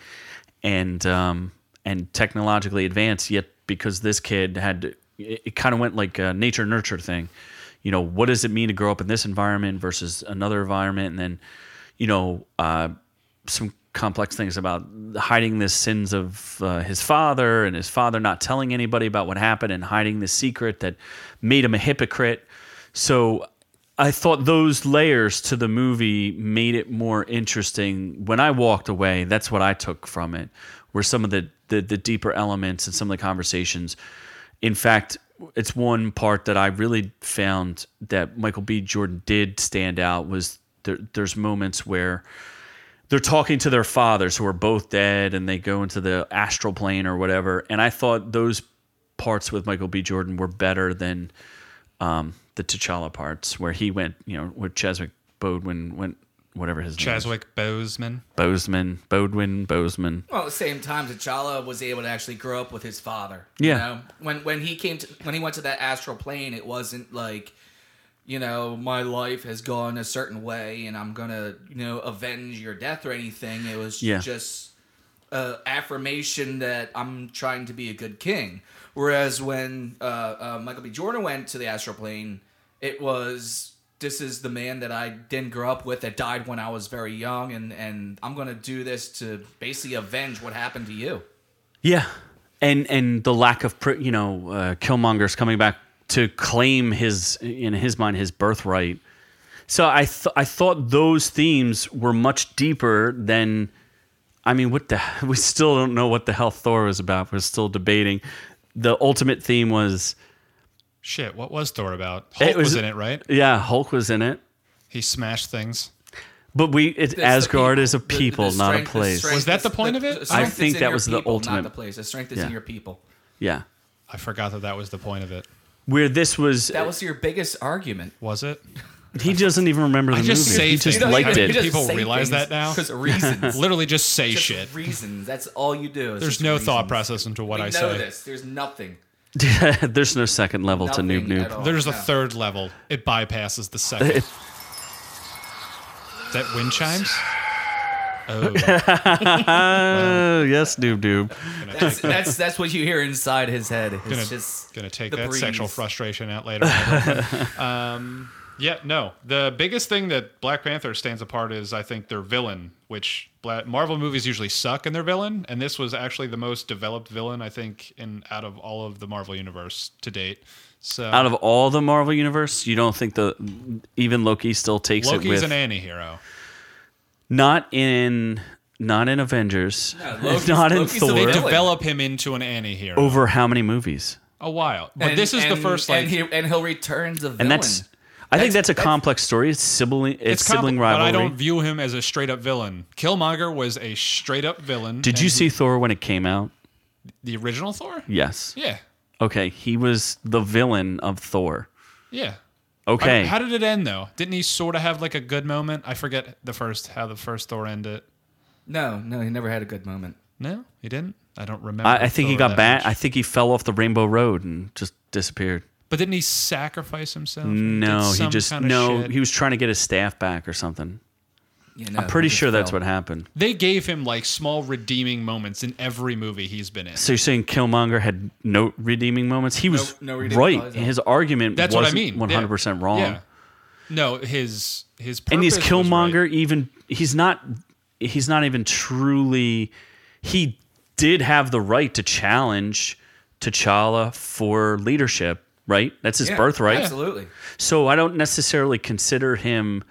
Speaker 1: and um and technologically advanced. Yet because this kid had, to- it, it kind of went like a nature nurture thing. You know, what does it mean to grow up in this environment versus another environment, and then, you know. uh some complex things about hiding the sins of uh, his father and his father not telling anybody about what happened and hiding the secret that made him a hypocrite. So I thought those layers to the movie made it more interesting. When I walked away, that's what I took from it, were some of the, the, the deeper elements and some of the conversations. In fact, it's one part that I really found that Michael B. Jordan did stand out was there, there's moments where they're talking to their fathers who are both dead and they go into the astral plane or whatever. And I thought those parts with Michael B. Jordan were better than um, the T'Challa parts where he went, you know, where Cheswick Bodwin went, whatever his name
Speaker 3: Chaswick Bozeman.
Speaker 1: is. Bozeman, Bodwin, Bozeman.
Speaker 2: Well, at the same time, T'Challa was able to actually grow up with his father.
Speaker 1: Yeah.
Speaker 2: You know? When when he came to when he went to that astral plane, it wasn't like, you know, my life has gone a certain way and I'm gonna you know avenge your death or anything. It was
Speaker 1: Yeah.
Speaker 2: just uh, affirmation that I'm trying to be a good king. Whereas when uh, uh, Michael B. Jordan went to the astral plane, it was this is the man that I didn't grow up with that died when I was very young, and and I'm gonna do this to basically avenge what happened to you.
Speaker 1: Yeah, and and the lack of pr- you know uh, Killmonger's coming back to claim his in his mind his birthright. So I th- I thought those themes were much deeper than. I mean, what the we still don't know what the hell Thor was about. We're still debating. The ultimate theme was
Speaker 3: Shit, what was Thor about? Hulk was,
Speaker 1: was-
Speaker 3: in it, right?
Speaker 1: yeah, Hulk was in it,
Speaker 3: He smashed things.
Speaker 1: but we it,
Speaker 2: It's the
Speaker 1: Asgard
Speaker 2: people.
Speaker 1: is a
Speaker 2: The- the
Speaker 1: people, not
Speaker 2: strength-
Speaker 1: a
Speaker 2: the
Speaker 1: place.
Speaker 2: strength
Speaker 3: Was that
Speaker 2: is-
Speaker 3: the point of it?
Speaker 2: the
Speaker 3: I
Speaker 2: strength is
Speaker 1: think
Speaker 2: in
Speaker 1: that
Speaker 2: your
Speaker 1: was the
Speaker 2: people,
Speaker 1: ultimate-
Speaker 2: not the place. The strength is
Speaker 1: Yeah.
Speaker 2: in your people.
Speaker 1: yeah,
Speaker 3: I forgot that that was the point of it.
Speaker 1: where this was,
Speaker 2: That was your biggest argument.
Speaker 3: Was it?
Speaker 1: he doesn't even remember the
Speaker 3: I just
Speaker 1: movie. He
Speaker 3: saved
Speaker 1: just
Speaker 3: it.
Speaker 1: liked
Speaker 3: You
Speaker 1: it.
Speaker 3: just- People realize that now?
Speaker 2: Because reasons.
Speaker 3: Literally just say
Speaker 2: Just
Speaker 3: shit.
Speaker 2: reasons. That's all you do. is
Speaker 3: There's
Speaker 2: just
Speaker 3: no thought
Speaker 2: reasons.
Speaker 3: process into what
Speaker 2: We
Speaker 3: I
Speaker 2: know
Speaker 3: say.
Speaker 2: this. There's nothing.
Speaker 1: There's no second level to noob
Speaker 2: Nothing
Speaker 1: noob.
Speaker 2: at all.
Speaker 3: There's a
Speaker 2: Oh, Yeah.
Speaker 3: third level. It bypasses the second.
Speaker 1: It-
Speaker 3: Is that wind chimes? Oh,
Speaker 1: Oh yes, Doob Doob.
Speaker 3: gonna
Speaker 2: That's,
Speaker 3: take,
Speaker 2: that's that's what you hear inside his head. It's
Speaker 3: gonna,
Speaker 2: just
Speaker 3: gonna take
Speaker 2: the
Speaker 3: that
Speaker 2: breeze.
Speaker 3: sexual frustration out later. um, yeah, no. The biggest thing that Black Panther stands apart is I think their villain, which Bla Marvel movies usually suck in their villain, and this was actually the most developed villain I think in out of all of the Marvel universe to date. So
Speaker 1: Out of all the Marvel universe, you don't think the even Loki still takes it
Speaker 3: Loki's
Speaker 1: with
Speaker 3: an anti-hero.
Speaker 1: not in not in Avengers,
Speaker 2: Loki's-
Speaker 1: not in
Speaker 2: Loki's the
Speaker 1: Thor.
Speaker 3: They
Speaker 2: Really?
Speaker 3: develop him into an anti-hero
Speaker 1: over how many movies?
Speaker 3: a while, but this is the
Speaker 2: and-
Speaker 3: first like
Speaker 2: and, he, and he'll return as a villain.
Speaker 1: And that's I think
Speaker 2: That's-
Speaker 1: that's a
Speaker 2: that's-
Speaker 1: complex story. It's sibling it's,
Speaker 3: compli-
Speaker 1: sibling
Speaker 3: But I don't
Speaker 1: rivalry.
Speaker 3: view him as a straight up villain. Killmonger was a straight up villain.
Speaker 1: Did you
Speaker 3: and
Speaker 1: see Thor when it came out?
Speaker 3: the original Thor?
Speaker 1: Yes.
Speaker 3: Yeah.
Speaker 1: Okay, he was the villain of Thor.
Speaker 3: Yeah.
Speaker 1: Okay.
Speaker 3: I- how did it end though? Didn't he sort of have like a good moment? I forget the first how the first Thor ended.
Speaker 2: No, no, he never had a good moment.
Speaker 3: No, he didn't. I don't remember.
Speaker 1: I, I think he got
Speaker 3: Thor that
Speaker 1: bad.
Speaker 3: much.
Speaker 1: I think he fell off the Rainbow Road and just disappeared.
Speaker 3: But didn't he sacrifice himself?
Speaker 1: No,
Speaker 3: Did
Speaker 1: he
Speaker 3: some
Speaker 1: just
Speaker 3: kind of
Speaker 1: no.
Speaker 3: shit?
Speaker 1: He was trying to get his staff back or something.
Speaker 2: You know,
Speaker 1: I'm pretty sure that's what happened.
Speaker 3: they gave him like small redeeming moments in every movie he's been in.
Speaker 1: So you're saying Killmonger had no redeeming moments? He was
Speaker 2: no redeeming
Speaker 1: right.
Speaker 2: qualities, no.
Speaker 1: His argument
Speaker 3: That's what I
Speaker 1: wasn't
Speaker 3: mean. Yeah.
Speaker 1: 100 percent wrong.
Speaker 3: Yeah. No, his his
Speaker 1: and he's
Speaker 3: purpose was right.
Speaker 1: Killmonger. Even he's not. He's not even truly. He did have the right to challenge T'Challa for leadership. Right. That's his
Speaker 2: Yeah,
Speaker 1: birthright.
Speaker 2: Absolutely.
Speaker 1: So I don't necessarily consider him.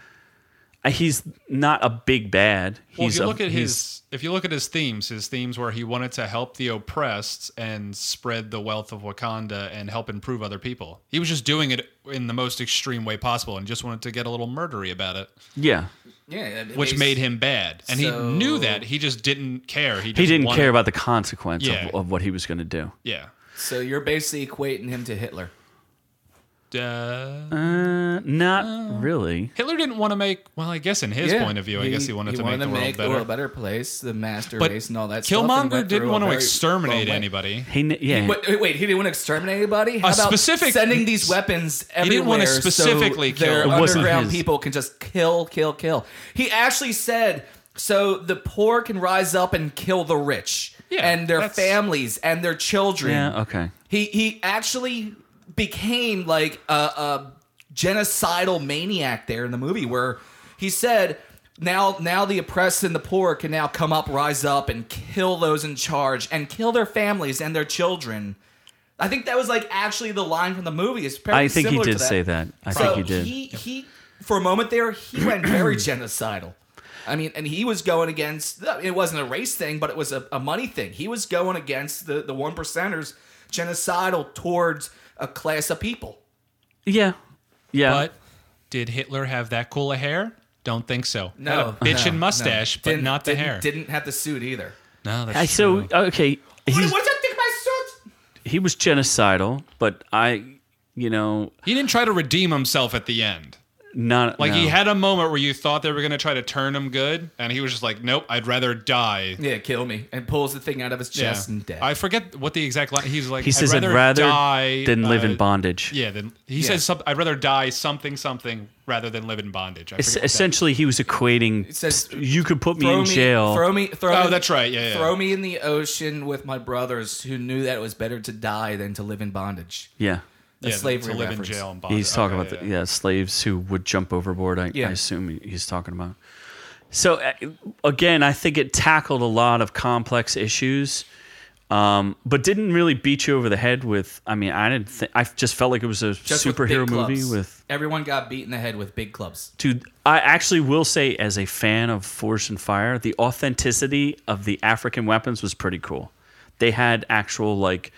Speaker 1: uh, He's not a big bad. He's
Speaker 3: Well, if you
Speaker 1: a-
Speaker 3: look at
Speaker 1: he's-
Speaker 3: his, if you look at his themes, his themes where he wanted to help the oppressed and spread the wealth of Wakanda and help improve other people. He was just doing it in the most extreme way possible, and just wanted to get a little murdery about it,
Speaker 1: yeah,
Speaker 2: Yeah. it
Speaker 3: which
Speaker 2: makes-
Speaker 3: made him bad. And
Speaker 2: So-
Speaker 3: he knew that. He just didn't care. He, just
Speaker 1: he didn't
Speaker 3: wanted-
Speaker 1: care about the consequence
Speaker 3: Yeah.
Speaker 1: of, of what he was going to do.
Speaker 3: Yeah.
Speaker 2: So you're basically equating him to Hitler.
Speaker 3: Uh,
Speaker 1: Uh, not really.
Speaker 3: Hitler didn't want to make. Well, I guess in his
Speaker 2: Yeah,
Speaker 3: point of view, I guess he wanted to make the world better.
Speaker 2: world a better place, the master
Speaker 3: But
Speaker 2: race, and all that. stuff, and
Speaker 3: Killmonger
Speaker 2: went
Speaker 3: didn't
Speaker 2: through a
Speaker 3: want to
Speaker 2: very
Speaker 3: exterminate
Speaker 2: wrong way.
Speaker 3: anybody.
Speaker 1: He kn- yeah.
Speaker 2: Wait, wait, wait, he didn't want to exterminate anybody. How
Speaker 3: A
Speaker 2: about
Speaker 3: specific-
Speaker 2: sending these weapons everywhere?
Speaker 3: didn't want to
Speaker 2: so
Speaker 3: specifically kill
Speaker 2: their
Speaker 3: them.
Speaker 1: It wasn't
Speaker 2: underground
Speaker 1: his-
Speaker 2: people can just kill, kill, kill. He actually said, "So the poor can rise up and kill the rich,
Speaker 3: Yeah,
Speaker 2: and their
Speaker 3: that's-
Speaker 2: families and their children."
Speaker 1: yeah. Okay.
Speaker 2: He he actually became like a, a genocidal maniac there in the movie where he said now now the oppressed and the poor can now come up rise up and kill those in charge and kill their families and their children. I think that was like actually the line from the movie. It's apparently
Speaker 1: I think he
Speaker 2: similar to
Speaker 1: did say that. I
Speaker 2: So
Speaker 1: think he did.
Speaker 2: He he for a moment there he went very genocidal. I mean, and he was going against. It wasn't a race thing, but it was a, a money thing. He was going against the the one percenters, genocidal towards a class of people.
Speaker 1: yeah. Yeah.
Speaker 3: But did Hitler have that cool a hair? Don't think so. Had
Speaker 2: No,
Speaker 3: a bitch
Speaker 2: no,
Speaker 3: and mustache,
Speaker 2: no.
Speaker 3: but
Speaker 2: Didn't-
Speaker 3: not the
Speaker 2: didn't-
Speaker 3: hair.
Speaker 2: Didn't have the suit either.
Speaker 3: no, that's
Speaker 1: I, so
Speaker 3: true.
Speaker 1: okay.
Speaker 2: What,
Speaker 1: He's,
Speaker 2: what do you think of my suit?
Speaker 1: he was genocidal, but I, you know,
Speaker 3: he didn't try to redeem himself at the end.
Speaker 1: not
Speaker 3: Like he
Speaker 1: no.
Speaker 3: had a moment where you thought they were going to try to turn him good, and he was just like, "Nope, I'd rather die."
Speaker 2: Yeah, kill me, and pulls the thing out of his chest and dead.
Speaker 3: I forget what the exact line. He's like,
Speaker 1: He says, "I'd rather than live in
Speaker 3: uh,
Speaker 1: bondage."
Speaker 3: Yeah, then he says, some, "I'd rather die something something rather than live in bondage." I
Speaker 1: Es-
Speaker 3: forget what that-
Speaker 1: essentially, he was equating.
Speaker 2: says,
Speaker 1: you could put me
Speaker 2: throw
Speaker 1: in jail.
Speaker 2: Throw me. Throw
Speaker 3: Oh,
Speaker 2: me,
Speaker 3: that's right. Yeah, yeah.
Speaker 2: Throw me in the ocean with my brothers, who knew that it was better to die than to live in bondage.
Speaker 1: yeah.
Speaker 2: A
Speaker 3: yeah,
Speaker 2: slavery
Speaker 3: to live
Speaker 2: reference.
Speaker 3: in jail and bondage.
Speaker 1: He's talking
Speaker 3: Okay,
Speaker 1: about the, yeah slaves who would jump overboard. I,
Speaker 2: Yeah.
Speaker 1: I assume he- he's talking about. So uh, again, I think it tackled a lot of complex issues, um, but didn't really beat you over the head with. I mean, I didn't. Th- I just felt like it was a
Speaker 2: Just with big
Speaker 1: superhero movie
Speaker 2: clubs.
Speaker 1: with.
Speaker 2: everyone got beat in the head with big clubs.
Speaker 1: Dude, I actually will say, as a fan of Force and Fire, the authenticity of the African weapons was pretty cool. They had actual like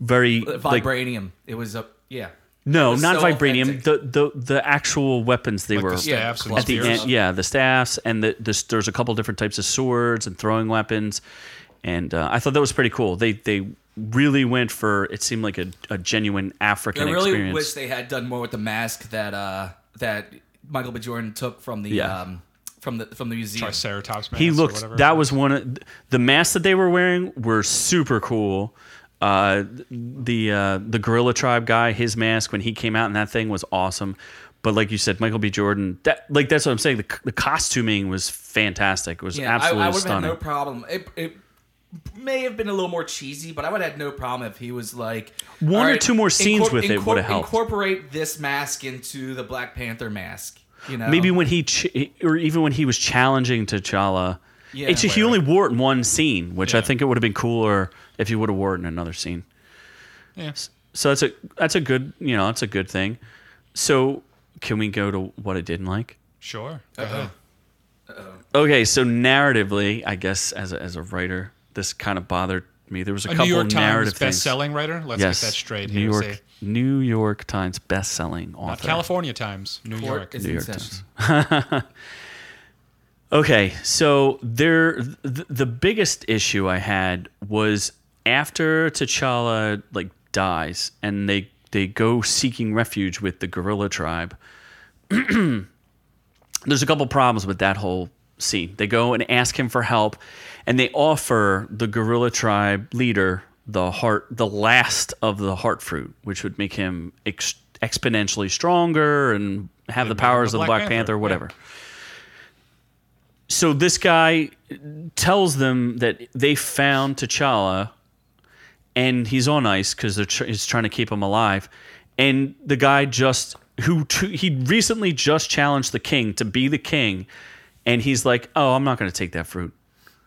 Speaker 1: very like,
Speaker 2: Vibranium. it was a yeah. It
Speaker 1: No,
Speaker 2: was
Speaker 1: not
Speaker 2: so
Speaker 1: vibranium.
Speaker 2: authentic.
Speaker 1: The, the the actual weapons they
Speaker 3: Like
Speaker 1: were
Speaker 3: the staffs and
Speaker 1: at the
Speaker 3: spears.
Speaker 1: end. Yeah, the staffs and the, this, there's a couple different types of swords and throwing weapons, and uh, I thought that was pretty cool. They they really went for it seemed like a, a genuine
Speaker 2: I
Speaker 1: African
Speaker 2: really
Speaker 1: experience.
Speaker 2: wish they had done more with the mask that uh that Michael B. Jordan took from the
Speaker 1: Yeah.
Speaker 2: um from the from the museum.
Speaker 3: Triceratops.
Speaker 1: he
Speaker 3: mask or
Speaker 1: looked
Speaker 3: whatever.
Speaker 1: that was one of the masks that they were wearing were super cool uh the uh the gorilla tribe guy his mask when he came out and that thing was awesome but like you said michael b jordan that like that's what i'm saying the, c- the costuming was fantastic it was
Speaker 2: Yeah,
Speaker 1: absolutely
Speaker 2: I, I would have had
Speaker 1: stunning
Speaker 2: no problem. It, it may have been a little more cheesy, but I would have had no problem if he was like
Speaker 1: One
Speaker 2: "All
Speaker 1: or two more scenes with it would've helped."
Speaker 2: Incorporate this mask into the Black Panther mask. You know,
Speaker 1: maybe when he ch- or even when he was challenging t'challa
Speaker 2: Yeah.
Speaker 1: it's just, he
Speaker 3: Where-
Speaker 1: only wore it in one scene which i
Speaker 3: Yeah.
Speaker 1: think it would have been cooler if he would have wore it in another scene
Speaker 3: Yeah.
Speaker 1: so that's a that's a good you know that's a good thing so can we go to what i didn't like
Speaker 3: Sure.
Speaker 1: Uh,
Speaker 3: Go ahead.
Speaker 1: okay so narratively i guess as a, as a writer this kind of bothered me there was a,
Speaker 3: A
Speaker 1: couple
Speaker 3: New York Times
Speaker 1: narrative things
Speaker 3: best-selling writer. Let's
Speaker 1: yes
Speaker 3: get that straight.
Speaker 1: new
Speaker 3: here.
Speaker 1: york
Speaker 3: Say,
Speaker 1: new york times best-selling
Speaker 3: uh,
Speaker 1: author
Speaker 3: California Times, New York.
Speaker 2: is
Speaker 1: New
Speaker 2: in
Speaker 1: York
Speaker 2: session.
Speaker 1: Times. Okay, so there, th- the biggest issue I had was after T'Challa like dies, and they they go seeking refuge with the guerrilla tribe. There's a couple problems with that whole scene. They go and ask him for help, and they offer the guerrilla tribe leader the heart, the last of the heart fruit, which would make him ex- exponentially stronger and have the powers of the Black Panther, whatever so this guy tells them that they found T'Challa, and he's on ice because they're tr- he's trying to keep him alive. And the guy just who t- he recently just challenged the king to be the king, and he's like, "Oh, I'm not going to take that fruit."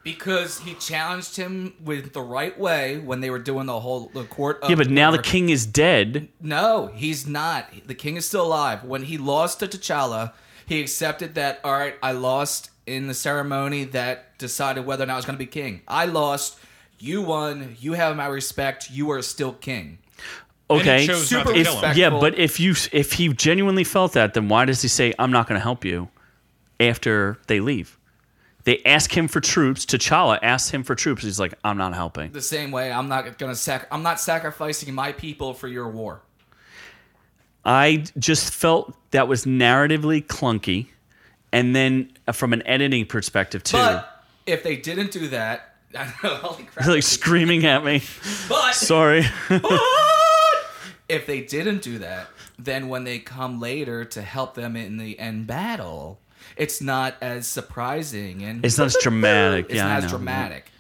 Speaker 2: Because he challenged him with the right way when they were doing the whole the court. Of
Speaker 1: Yeah, but now the
Speaker 2: war.
Speaker 1: king is dead.
Speaker 2: No, he's not. The king is still alive. When he lost to T'Challa, he accepted that. All right, I lost in the ceremony that decided whether or not I was going to be king. I lost. You won. You have my respect. You are still king.
Speaker 3: And he
Speaker 1: Okay,
Speaker 3: chose not to
Speaker 2: Super
Speaker 3: kill him.
Speaker 2: respect-
Speaker 1: yeah,
Speaker 2: respectful.
Speaker 1: but if you if he genuinely felt that, then why does he say, "I'm not going to help you"? After they leave, they ask him for troops. T'Challa asks him for troops. He's like, "I'm not helping."
Speaker 2: The same way, I'm not going to sac. I'm not sacrificing my people for your war.
Speaker 1: I just felt that was narratively clunky, and then uh, from an editing perspective too,
Speaker 2: But if they didn't do that, I know, holy crap.
Speaker 1: like screaming at me.
Speaker 2: but
Speaker 1: Sorry.
Speaker 2: if they didn't do that, then when they come later to help them in the end battle, it's not as surprising and
Speaker 1: It's not as dramatic.
Speaker 2: it's
Speaker 1: yeah, I
Speaker 2: not as
Speaker 1: know.
Speaker 2: dramatic.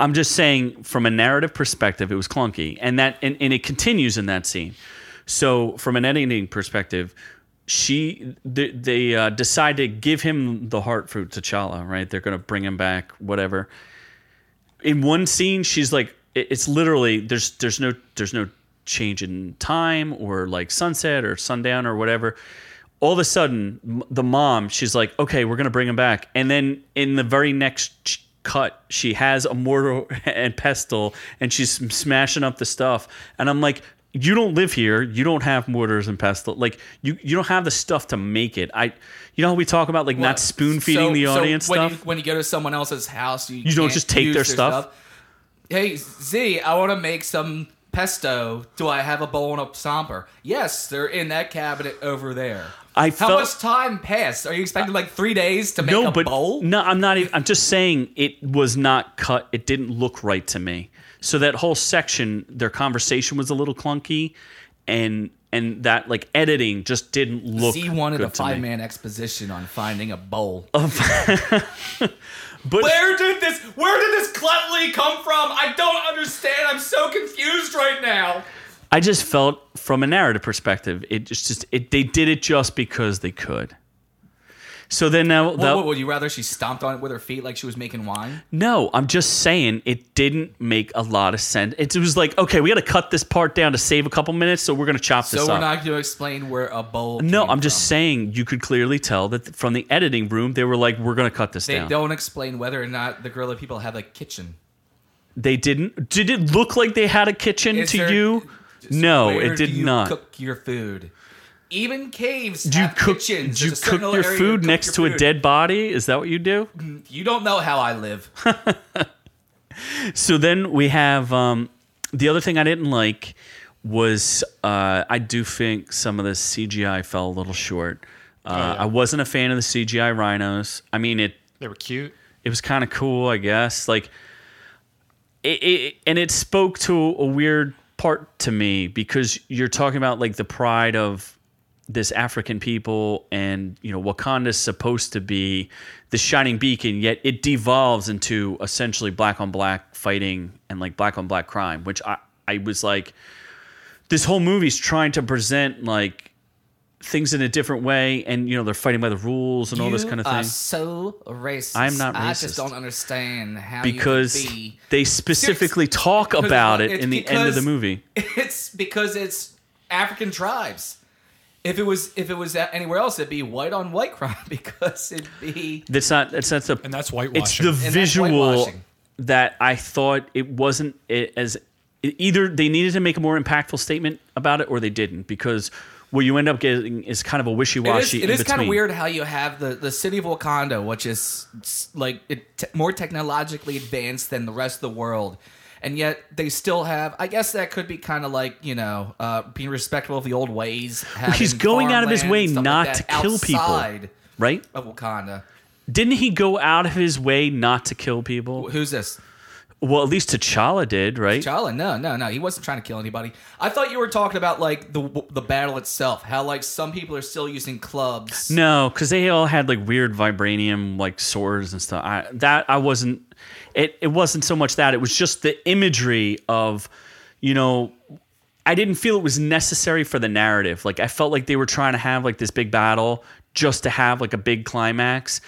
Speaker 1: I'm just saying, from a narrative perspective, it was clunky, and that and, and it continues in that scene. So, from an editing perspective, she they, they uh, decide to give him the heart fruit, T'Challa. Right? They're going to bring him back, whatever. In one scene, she's like, it- it's literally there's there's no there's no change in time or like sunset or sundown or whatever. All of a sudden, m- the mom, she's like, okay, we're going to bring him back, and then in the very next. ch- cut she has a mortar and pestle and she's sm- smashing up the stuff and i'm like you don't live here you don't have mortars and pestle like you you don't have the stuff to make it i you know how we talk about like not spoon feeding
Speaker 2: So-
Speaker 1: the
Speaker 2: so
Speaker 1: audience
Speaker 2: when
Speaker 1: stuff
Speaker 2: You, when you go to someone else's house, you,
Speaker 1: don't
Speaker 2: can't
Speaker 1: just take
Speaker 2: use
Speaker 1: their stuff?
Speaker 2: Hey Z, I want to make some pesto. Do I have a bowl and a samper? Yes, they're in that cabinet over there.
Speaker 1: I
Speaker 2: How
Speaker 1: felt-
Speaker 2: much time passed? Are you expecting like three days to make
Speaker 1: no
Speaker 2: a
Speaker 1: but
Speaker 2: bowl?
Speaker 1: no i'm not even, i'm just saying it was not cut it didn't look right to me so that whole section their conversation was a little clunky and and that like editing just didn't look
Speaker 2: Z wanted
Speaker 1: good
Speaker 2: a
Speaker 1: to me.
Speaker 2: five man exposition on finding a bowl.
Speaker 1: but
Speaker 2: Where did this where did this gluttony come from? I don't understand. I'm so confused right now.
Speaker 1: I just felt from a narrative perspective, it just, just it, they did it just because they could. So then now, that,
Speaker 2: What, would you rather she stomped on it with her feet like she was making wine?
Speaker 1: no, I'm just saying it didn't make a lot of sense. It, was like, okay, we got to cut this part down to save a couple minutes, so we're gonna chop
Speaker 2: So
Speaker 1: this
Speaker 2: we're
Speaker 1: up.
Speaker 2: not gonna explain where a bowl
Speaker 1: no,
Speaker 2: came
Speaker 1: I'm just
Speaker 2: from.
Speaker 1: saying you could clearly tell that from the editing room they were like, we're gonna cut this
Speaker 2: they
Speaker 1: down.
Speaker 2: don't explain whether or not the gorilla people have a kitchen.
Speaker 1: They didn't. Did it look like they had a kitchen
Speaker 2: Is
Speaker 1: to
Speaker 2: there-
Speaker 1: you? No,
Speaker 2: Where
Speaker 1: it did
Speaker 2: do you
Speaker 1: not.
Speaker 2: cook your food. Even caves
Speaker 1: do you
Speaker 2: have
Speaker 1: cook?
Speaker 2: kitchens.
Speaker 1: do you
Speaker 2: There's a certain
Speaker 1: cook
Speaker 2: little
Speaker 1: your
Speaker 2: area you
Speaker 1: food
Speaker 2: cook
Speaker 1: next
Speaker 2: your
Speaker 1: to a
Speaker 2: food.
Speaker 1: dead body? Is that what you do?
Speaker 2: You don't know how I live.
Speaker 1: So then we have um, the other thing I didn't like was uh, I do think some of the CGI fell a little short. Uh,
Speaker 2: Oh,
Speaker 1: I wasn't a fan of the CGI rhinos. I mean, it
Speaker 3: They were cute.
Speaker 1: it was kind of cool, I guess. Like, it, it and it spoke to a weird part to me because you're talking about like the pride of this African people and you know Wakanda's supposed to be the shining beacon, yet it devolves into essentially black on black fighting and like black on black crime, which I I was like, this whole movie's trying to present like things in a different way and you know they're fighting by the rules and all this
Speaker 2: You
Speaker 1: kind of
Speaker 2: are
Speaker 1: thing
Speaker 2: so racist.
Speaker 1: I'm not
Speaker 2: I
Speaker 1: racist.
Speaker 2: just don't understand how you could
Speaker 1: because
Speaker 2: be.
Speaker 1: they specifically talk
Speaker 2: because
Speaker 1: about it
Speaker 2: it's
Speaker 1: in the end of the
Speaker 2: because-
Speaker 1: movie.
Speaker 2: it's because it's African tribes. If it was if it was a- anywhere else, it'd be white on white crime because it'd be
Speaker 1: That's not. That's not the.
Speaker 3: And that's
Speaker 1: it's
Speaker 3: whitewashing.
Speaker 1: the
Speaker 2: that's
Speaker 1: visual
Speaker 2: whitewashing.
Speaker 1: that I thought it wasn't i- as either they needed to make a more impactful statement about it or they didn't because what you end up getting is kind of a wishy
Speaker 2: It is,
Speaker 1: washy.
Speaker 2: it is kind of weird how you have the, the city of Wakanda, which is s- like it, te- more technologically advanced than the rest of the world, and yet they still have. I guess that could be kind of like you know uh, being respectful of the old ways.
Speaker 1: he's
Speaker 2: having
Speaker 1: going out of his
Speaker 2: farmland
Speaker 1: way
Speaker 2: and stuff
Speaker 1: not
Speaker 2: like
Speaker 1: to
Speaker 2: that
Speaker 1: kill people.
Speaker 2: outside
Speaker 1: right?
Speaker 2: of Wakanda.
Speaker 1: Didn't he go out of his way not to kill people?
Speaker 2: Who's this?
Speaker 1: Well, at least T'Challa did, right?
Speaker 2: T'Challa? No, no, no. He wasn't trying to kill anybody. I thought you were talking about like the the battle itself. How like some people are still using clubs.
Speaker 1: No, because they all had like weird vibranium like swords and stuff. I, that I wasn't. It it wasn't so much that it was just the imagery of, you know, I didn't feel it was necessary for the narrative. Like I felt like they were trying to have like this big battle just to have like a big climax,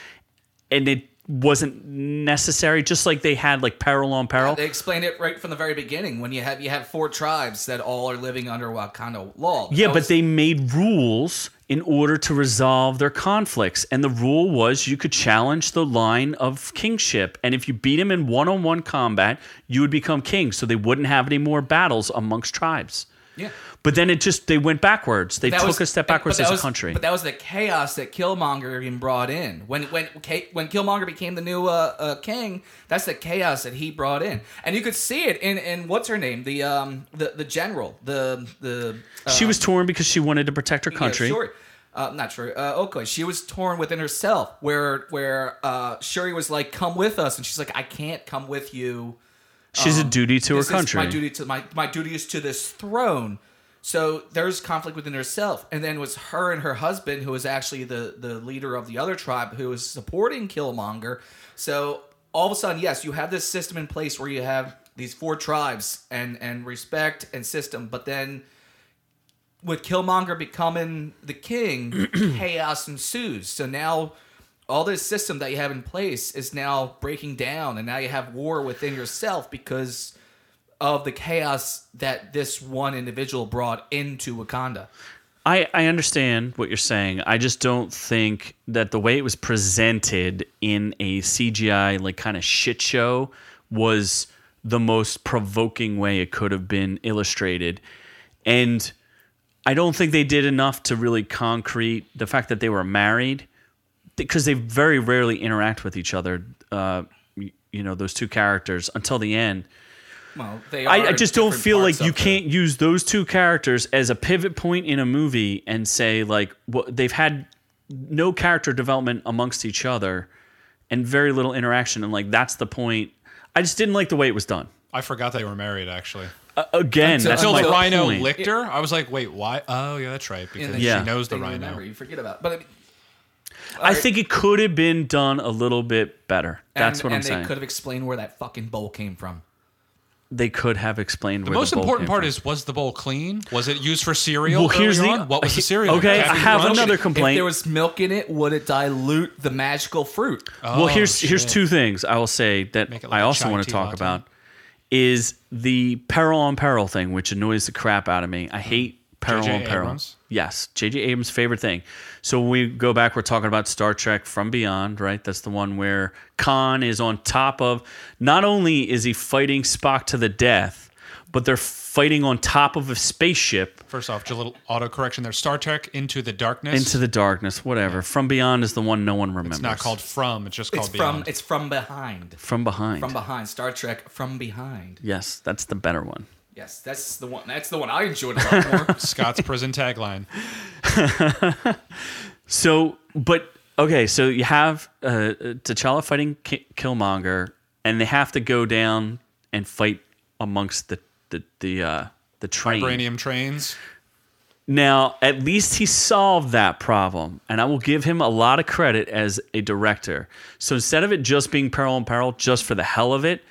Speaker 1: and it wasn't necessary. Just like they had like peril on peril.
Speaker 2: They explained it right from the very beginning when you have you have four tribes that all are living under Wakanda law.
Speaker 1: Yeah,
Speaker 2: That
Speaker 1: but
Speaker 2: was-
Speaker 1: they made rules in order to resolve their conflicts. And the rule was you could challenge the line of kingship. And if you beat him in one on one combat, you would become king. So they wouldn't have any more battles amongst tribes.
Speaker 2: yeah.
Speaker 1: But then it just, they went backwards. They
Speaker 2: That
Speaker 1: took
Speaker 2: was-
Speaker 1: a step
Speaker 2: but-
Speaker 1: backwards
Speaker 2: but that
Speaker 1: as
Speaker 2: was-
Speaker 1: a country.
Speaker 2: But that was the chaos that Killmonger even brought in. When when K- when Killmonger became the new uh, uh, king, that's the chaos that he brought in, and you could see it in in what's her name, the um the the general, the the uh,
Speaker 1: she was torn because she wanted to protect her
Speaker 2: Yeah,
Speaker 1: country.
Speaker 2: Shuri. Uh, not Shuri. Uh, Okoye. She was torn within herself, where where uh, Shuri was like, "Come with us," and she's like, "I can't come with you."
Speaker 1: She's a duty to her
Speaker 2: Um, This is
Speaker 1: country.
Speaker 2: my duty to my my duty is to this throne. So there's conflict within herself, and then it was her and her husband, who was actually the the leader of the other tribe, who was supporting Killmonger. So all of a sudden, yes, you have this system in place where you have these four tribes and and respect and system, but then with Killmonger becoming the king, chaos ensues. So now all this system that you have in place is now breaking down, and now you have war within yourself because of the chaos that this one individual brought into Wakanda.
Speaker 1: I, I understand what you're saying. I just don't think that the way it was presented in a CGI like kind of shit show was the most provoking way it could have been illustrated. And I don't think they did enough to really concrete the fact that they were married because they very rarely interact with each other. Uh, y- you know those two characters until the end.
Speaker 2: Well, they are
Speaker 1: I, I just don't
Speaker 2: different
Speaker 1: feel like
Speaker 2: parts
Speaker 1: you
Speaker 2: of the-
Speaker 1: can't use those two characters as a pivot point in a movie and say like what they've had no character development amongst each other and very little interaction and like that's the point. I just didn't like the way it was done.
Speaker 3: I forgot they were married actually.
Speaker 1: Uh, again,
Speaker 2: Until-
Speaker 1: that's
Speaker 3: Until
Speaker 1: my
Speaker 3: the rhino
Speaker 1: point.
Speaker 3: licked her, I was like, "Wait, why? Oh, yeah, that's right." Because
Speaker 2: then
Speaker 1: Yeah.
Speaker 3: she knows the
Speaker 2: They
Speaker 3: rhino.
Speaker 2: remember, you forget about, but I mean,
Speaker 1: I think it could have been done a little bit better. That's
Speaker 2: and,
Speaker 1: what
Speaker 2: and
Speaker 1: I'm
Speaker 2: they
Speaker 1: saying.
Speaker 2: could have explained where that fucking bowl came from.
Speaker 1: they could have explained.
Speaker 3: The
Speaker 1: where
Speaker 3: most
Speaker 1: bowl
Speaker 3: important
Speaker 1: came
Speaker 3: part
Speaker 1: from.
Speaker 3: is: was the bowl clean? Was it used for cereal?
Speaker 1: Well, here's
Speaker 3: earlier
Speaker 1: the-
Speaker 3: on? what was the cereal?
Speaker 1: Okay, I
Speaker 3: Captain
Speaker 1: have
Speaker 3: Crunch?
Speaker 1: another complaint.
Speaker 2: If there was milk in it, would it dilute the magical fruit?
Speaker 1: well,
Speaker 3: Oh,
Speaker 1: here's here's
Speaker 3: shit.
Speaker 1: two things I will say that
Speaker 3: Make it like
Speaker 1: I
Speaker 3: a
Speaker 1: also
Speaker 3: chai
Speaker 1: want to
Speaker 3: tea
Speaker 1: talk
Speaker 3: latte.
Speaker 1: about is the peril on peril thing, which annoys the crap out of me. I hate peril
Speaker 3: J.J.
Speaker 1: on peril.
Speaker 3: Mm-hmm. Abrams?
Speaker 1: Yes, J.J. Abrams' favorite thing. So when we go back, we're talking about Star Trek From Beyond, right? That's the one where Khan is on top of. Not only is he fighting Spock to the death, but they're fighting on top of a spaceship
Speaker 3: First off, just a little auto correction there. Star Trek Into the Darkness.
Speaker 1: into the darkness. Whatever. From Beyond is the one no one remembers.
Speaker 3: it's not called From. It's just called
Speaker 2: It's from
Speaker 3: Beyond.
Speaker 2: it's from behind.
Speaker 1: From Behind.
Speaker 2: From behind. Star Trek from behind.
Speaker 1: yes, that's the better one.
Speaker 2: Yes, that's the one. That's the one I enjoyed a lot more.
Speaker 3: Scott's prison tagline.
Speaker 1: So, but okay, so you have uh, T'Challa fighting Ki- Killmonger, and they have to go down and fight amongst the the the, uh, the train.
Speaker 3: Uranium trains.
Speaker 1: Now, at least he solved that problem, and I will give him a lot of credit as a director. So instead of it just being peril and peril, just for the hell of it,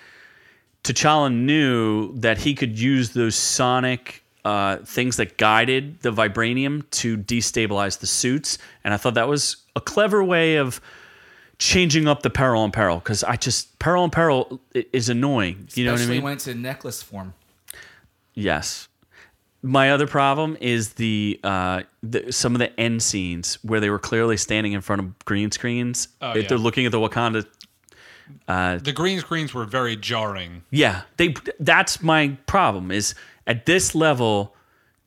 Speaker 1: T'Challa knew that he could use those sonic uh, things that guided the vibranium to destabilize the suits, and I thought that was a clever way of changing up the peril and peril because I just peril and peril i- is annoying. You know what I
Speaker 2: Especially
Speaker 1: mean?
Speaker 2: when it's in necklace form.
Speaker 1: Yes. My other problem is the, uh, the some of the end scenes where they were clearly standing in front of green screens.
Speaker 3: Oh,
Speaker 1: If
Speaker 3: yeah.
Speaker 1: They're looking at the Wakanda.
Speaker 3: The green screens were very jarring.
Speaker 1: Yeah, they. That's my problem. Is at this level,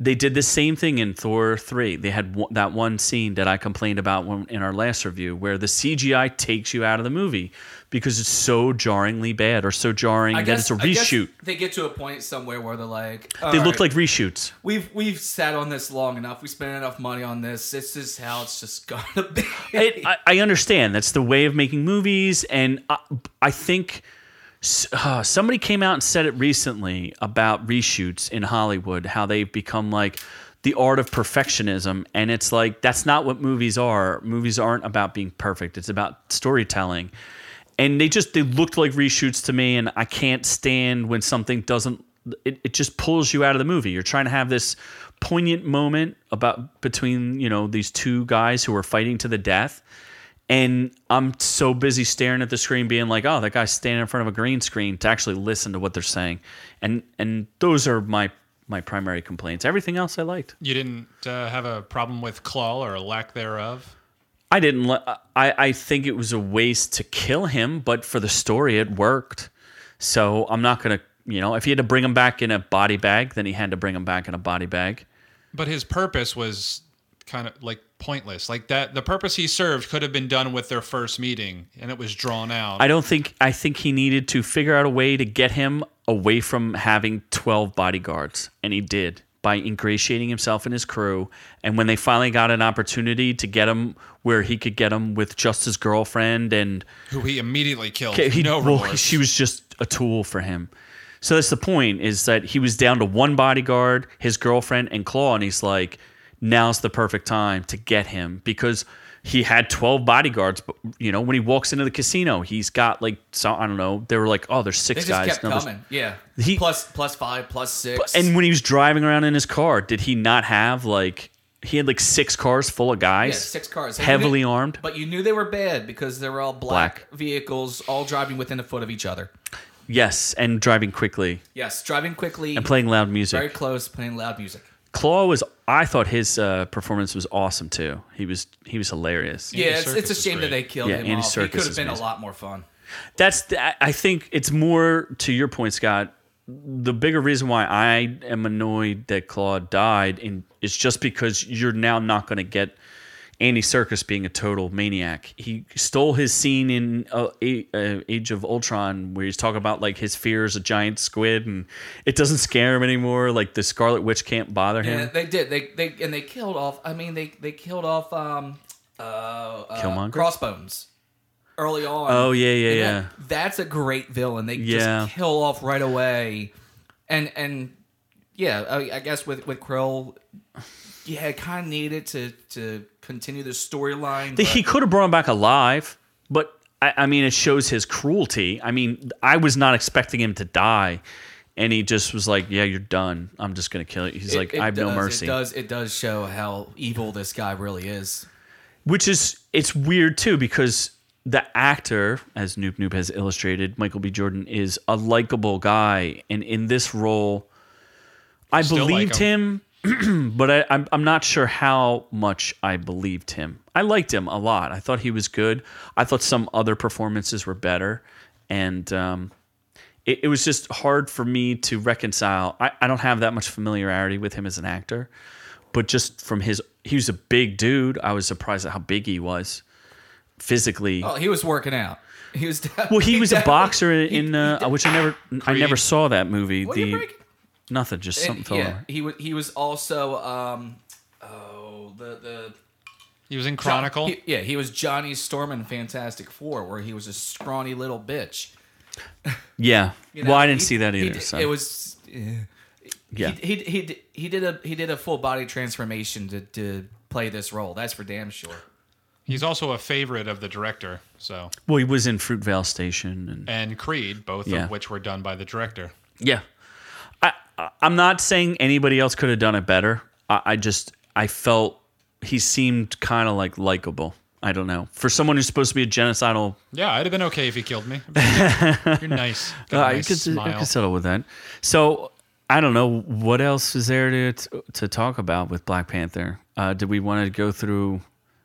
Speaker 1: They did the same thing in Thor 3. They had one, that one scene that I complained about when, in our last review where the CGI takes you out of the movie because it's so jarringly bad or so jarring
Speaker 2: I
Speaker 1: that
Speaker 2: guess
Speaker 1: it's a
Speaker 2: I guess
Speaker 1: reshoot.
Speaker 2: they get to a point somewhere where they're like,
Speaker 1: They
Speaker 2: "All
Speaker 1: look
Speaker 2: right,
Speaker 1: like reshoots.
Speaker 2: we've we've sat on this long enough. We spent enough money on this. This is how it's just gonna be.
Speaker 1: it, I, I understand that's the way of making movies, and I, I think s- uh, somebody came out and said it recently about reshoots in Hollywood, how they've become like the art of perfectionism, and it's like that's not what movies are. Movies aren't about being perfect; it's about storytelling. And they just they looked like reshoots to me, and I can't stand when something doesn't. It, it just pulls you out of the movie. You're trying to have this poignant moment about between you know these two guys who are fighting to the death and i'm so busy staring at the screen being like oh that guy's standing in front of a green screen to actually listen to what they're saying and and those are my my primary complaints everything else i liked
Speaker 3: You didn't uh, have a problem with Claw or a lack thereof.
Speaker 1: i didn't li- i i think it was a waste to kill him but for the story it worked so i'm not gonna you know if he had to bring him back in a body bag then he had to bring him back in a body bag
Speaker 3: But his purpose was kind of like pointless. Like that, the purpose he served could have been done with their first meeting, and it was drawn out.
Speaker 1: I don't think I think he needed to figure out a way to get him away from having 12 bodyguards and he did by ingratiating himself and his crew and when they finally got an opportunity to get him where he could get him with just his girlfriend and
Speaker 3: who he immediately killed.
Speaker 1: he,
Speaker 3: no
Speaker 1: well,
Speaker 3: remorse.
Speaker 1: she was just a tool for him so that's the point is that he was down to one bodyguard his girlfriend and claw and he's like now's the perfect time to get him because he had 12 bodyguards but you know when he walks into the casino he's got like so i don't know they were like oh there's
Speaker 2: They
Speaker 1: six
Speaker 2: just
Speaker 1: guys
Speaker 2: kept
Speaker 1: No, there's-
Speaker 2: coming. Yeah.
Speaker 1: He-
Speaker 2: plus plus five, plus six.
Speaker 1: and when he was driving around in his car did he not have like he had like six cars full of
Speaker 2: yeah,
Speaker 1: guys
Speaker 2: six cars. And you
Speaker 1: heavily
Speaker 2: knew-
Speaker 1: armed
Speaker 2: But you knew they were bad because they were all black, vehicles, all driving within a foot of each other.
Speaker 1: yes and driving quickly
Speaker 2: Yes, driving quickly,
Speaker 1: and playing loud music
Speaker 2: very close, playing loud music.
Speaker 1: Claw was. I thought his uh, performance was awesome too. He was he was hilarious.
Speaker 2: Yeah, it's,
Speaker 3: Circus
Speaker 2: it's a
Speaker 3: is
Speaker 2: shame that they
Speaker 3: great.
Speaker 2: killed
Speaker 1: Yeah,
Speaker 2: him
Speaker 1: Andy
Speaker 2: off. He
Speaker 1: Circus
Speaker 2: could have
Speaker 1: is
Speaker 2: been a
Speaker 1: amazing.
Speaker 2: lot more fun.
Speaker 1: That's. The, I- I think it's more to your point, Scott. The bigger reason why I am annoyed that Claw died in, is just because you're now not going to get Andy Circus being a total maniac. He stole his scene in uh, A- uh, Age of Ultron where he's talking about like his fear is a giant squid and it doesn't scare him anymore. Like the Scarlet Witch can't bother him.
Speaker 2: And they did. They they and they killed off. I mean, they they killed off um uh, uh
Speaker 1: Killmonger?
Speaker 2: Crossbones early on.
Speaker 1: Oh, yeah, yeah,
Speaker 2: And
Speaker 1: yeah.
Speaker 2: that- that's a great villain. They
Speaker 1: Yeah.
Speaker 2: just kill off right away, and and yeah, I, I guess with with Krill, yeah, kind of needed to to continue the
Speaker 1: Th-
Speaker 2: storyline. but-
Speaker 1: he could have brought him back alive, but I, I mean, it shows his cruelty. I mean, I was not expecting him to die, and he just was like, "Yeah, you're done. I'm just gonna kill you." He's
Speaker 2: it-
Speaker 1: like,
Speaker 2: it
Speaker 1: "I have no
Speaker 2: does- It
Speaker 1: mercy,"
Speaker 2: does it does show how evil this guy really is.
Speaker 1: which is it's weird too because the actor, as Noob Noob has illustrated, Michael B. Jordan is a likable guy, and in this role, I
Speaker 3: Still like
Speaker 1: believed him. but I, I'm, I'm not sure how much I believed him. I liked him a lot. I thought he was good. I thought some other performances were better. And um, it, it was just hard for me to reconcile. I, I don't have that much familiarity with him as an actor, but just from his, he was a big dude. I was surprised at how big he was physically.
Speaker 2: Oh, he was working out. He was
Speaker 1: well, he was a
Speaker 2: definitely-
Speaker 1: boxer in, in uh, which I never, I never saw that movie.
Speaker 2: What are you
Speaker 1: the
Speaker 2: breaking?
Speaker 1: nothing, just
Speaker 2: And,
Speaker 1: something fell
Speaker 2: Eh, yeah,
Speaker 1: over.
Speaker 2: he was. He was also. Um, oh, the the
Speaker 3: he was in Chronicle.
Speaker 2: He- yeah, he was Johnny Storm in Fantastic Four, where he was a scrawny little bitch.
Speaker 1: Yeah.
Speaker 2: you know?
Speaker 1: well, I didn't
Speaker 2: He-
Speaker 1: see that
Speaker 2: he
Speaker 1: either.
Speaker 2: did-
Speaker 1: so.
Speaker 2: It was. eh.
Speaker 1: Yeah.
Speaker 2: He, he he d- he did a he did a full body transformation to, to play this role. That's for damn sure.
Speaker 3: He's also a favorite of the director. So
Speaker 1: Well, he was in Fruitvale Station, and
Speaker 3: and Creed, both
Speaker 1: Yeah.
Speaker 3: of which were done by the director.
Speaker 1: yeah, I, I I'm not saying anybody else could have done it better. I, I just I felt he seemed kind of like likable. I don't know for someone who's supposed to be a genocidal.
Speaker 3: Yeah, I'd have been okay if he killed me. You're nice. Got
Speaker 1: Uh,
Speaker 3: a
Speaker 1: I
Speaker 3: nice
Speaker 1: could I
Speaker 3: smile.
Speaker 1: could settle with that. So I don't know what else is there to to, to talk about with Black Panther. Uh, did we want to go through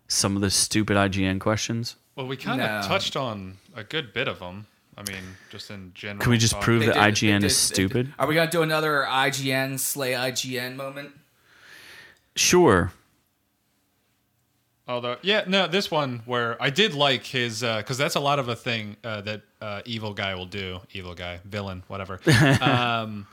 Speaker 1: some of the stupid IGN questions?
Speaker 3: well, we kind of
Speaker 2: No.
Speaker 3: touched on a good bit of them. I mean, just in general.
Speaker 1: Can we just
Speaker 3: talk.
Speaker 1: prove
Speaker 2: Uh, They
Speaker 1: that
Speaker 2: did- they
Speaker 1: IGN
Speaker 2: did-
Speaker 1: is
Speaker 2: they did-
Speaker 1: stupid?
Speaker 2: Are we gonna do another IGN slay IGN moment?
Speaker 1: Sure.
Speaker 3: Although, yeah, no, this one where I did like his because that's a lot of a thing uh, that uh, evil guy will do. Evil guy, villain, whatever. Um,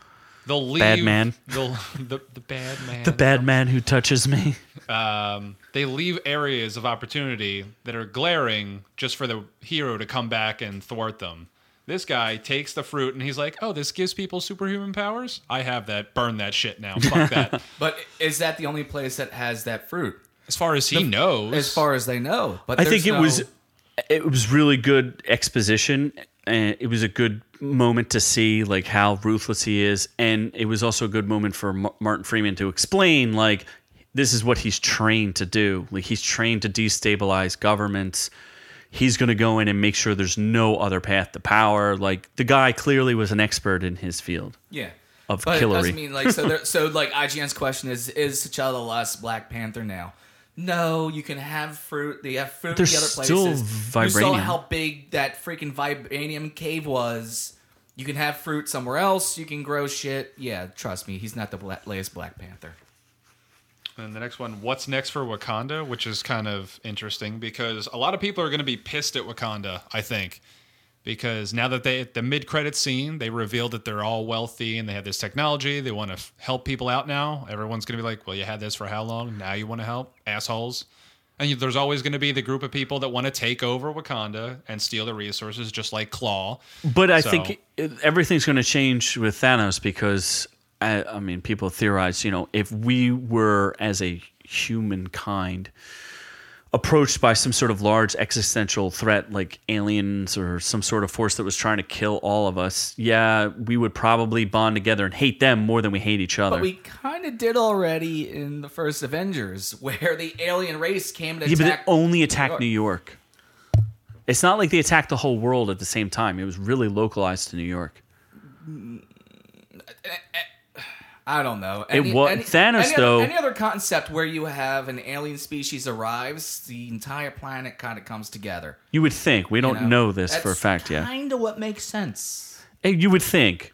Speaker 3: they'll leave.
Speaker 1: Bad man.
Speaker 3: They'll, the the bad man.
Speaker 1: The bad man who touches me.
Speaker 3: Um, they leave areas of opportunity that are glaring just for the hero to come back and thwart them. This guy takes the fruit and he's like, "Oh, this gives people superhuman powers. I have that. Burn that shit now. Fuck that."
Speaker 2: But is that the only place that has that fruit?
Speaker 3: As far as he knows,
Speaker 2: As far as they know, but
Speaker 1: I think
Speaker 2: there's
Speaker 1: it
Speaker 2: no-
Speaker 1: was it was really good exposition and it was a good moment to see like how ruthless he is and it was also a good moment for M- Martin Freeman to explain like this is what he's trained to do like he's trained to destabilize governments he's going to go in and make sure there's no other path to power like the guy clearly was an expert in his field
Speaker 2: yeah
Speaker 1: of
Speaker 2: but It
Speaker 1: Hillary.
Speaker 2: doesn't mean like so. There, so like IGN's question is: Is T'Challa the last Black Panther now? No, you can have fruit. They have fruit in
Speaker 1: There's
Speaker 2: the other
Speaker 1: still
Speaker 2: places. You saw
Speaker 1: vibranium.
Speaker 2: how big that freaking vibranium cave was. You can have fruit somewhere else. You can grow shit. Yeah, trust me, he's not the bla- latest Black Panther.
Speaker 3: And the next one, what's next for Wakanda, which is kind of interesting because a lot of people are going to be pissed at Wakanda, I think, because now that they at the mid-credit scene, they revealed that they're all wealthy and they have this technology, they want to f- help people out now. Everyone's going to be like, "Well, you had this for how long? Now you want to help, assholes." And you- there's always going to be the group of people that want to take over Wakanda and steal the resources, just like Claw.
Speaker 1: But I
Speaker 3: So-
Speaker 1: think it- everything's going to change with Thanos because I, I mean, people theorize, you know, if we were as a humankind approached by some sort of large existential threat like aliens or some sort of force that was trying to kill all of us, yeah, we would probably bond together and hate them more than we hate each other.
Speaker 2: But we kind of did already in the first Avengers, where the alien race came to
Speaker 1: yeah, but they
Speaker 2: attack.
Speaker 1: only attacked New York. It's not like they attacked the whole world at the same time. It was really localized to New York.
Speaker 2: I don't know.
Speaker 1: wa- Thanos,
Speaker 2: any
Speaker 1: though-
Speaker 2: Other, any other concept where you have an alien species arrives, the entire planet kind of comes together.
Speaker 1: You would think. We don't
Speaker 2: you
Speaker 1: know this for a fact yet.
Speaker 2: Kind of what makes sense.
Speaker 1: Eh, You would think.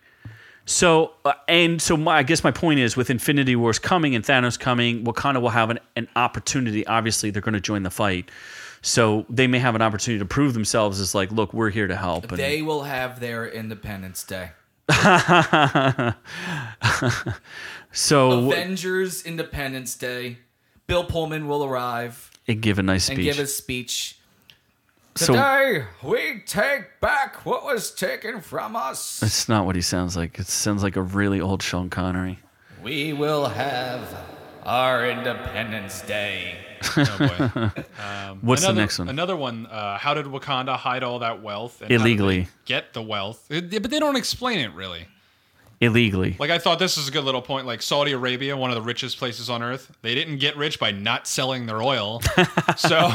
Speaker 1: So uh, and so, my, I guess my point is, with Infinity Wars coming and Thanos coming, Wakanda will have an, an opportunity. Obviously, they're going to join the fight, so they may have an opportunity to prove themselves as like, look, we're here to help. And
Speaker 2: They will have their Independence Day.
Speaker 1: so
Speaker 2: Avengers Independence Day. Bill Pullman will arrive
Speaker 1: and eh, give a nice
Speaker 2: and
Speaker 1: speech.
Speaker 2: give his speech.
Speaker 1: So-
Speaker 2: Today we take back what was taken from us.
Speaker 1: it's not what he sounds like. It sounds like a really old Sean Connery.
Speaker 2: We will have our Independence Day.
Speaker 3: Oh boy.
Speaker 1: What's
Speaker 3: another,
Speaker 1: the next one?
Speaker 3: Another one. Uh, how did Wakanda hide all that wealth and how did
Speaker 1: Illegally.
Speaker 3: they Get the wealth, It- but they don't explain it really.
Speaker 1: Illegally.
Speaker 3: Like I thought, this is a good little point. Like Saudi Arabia, one of the richest places on earth, they didn't get rich by not selling their oil. so,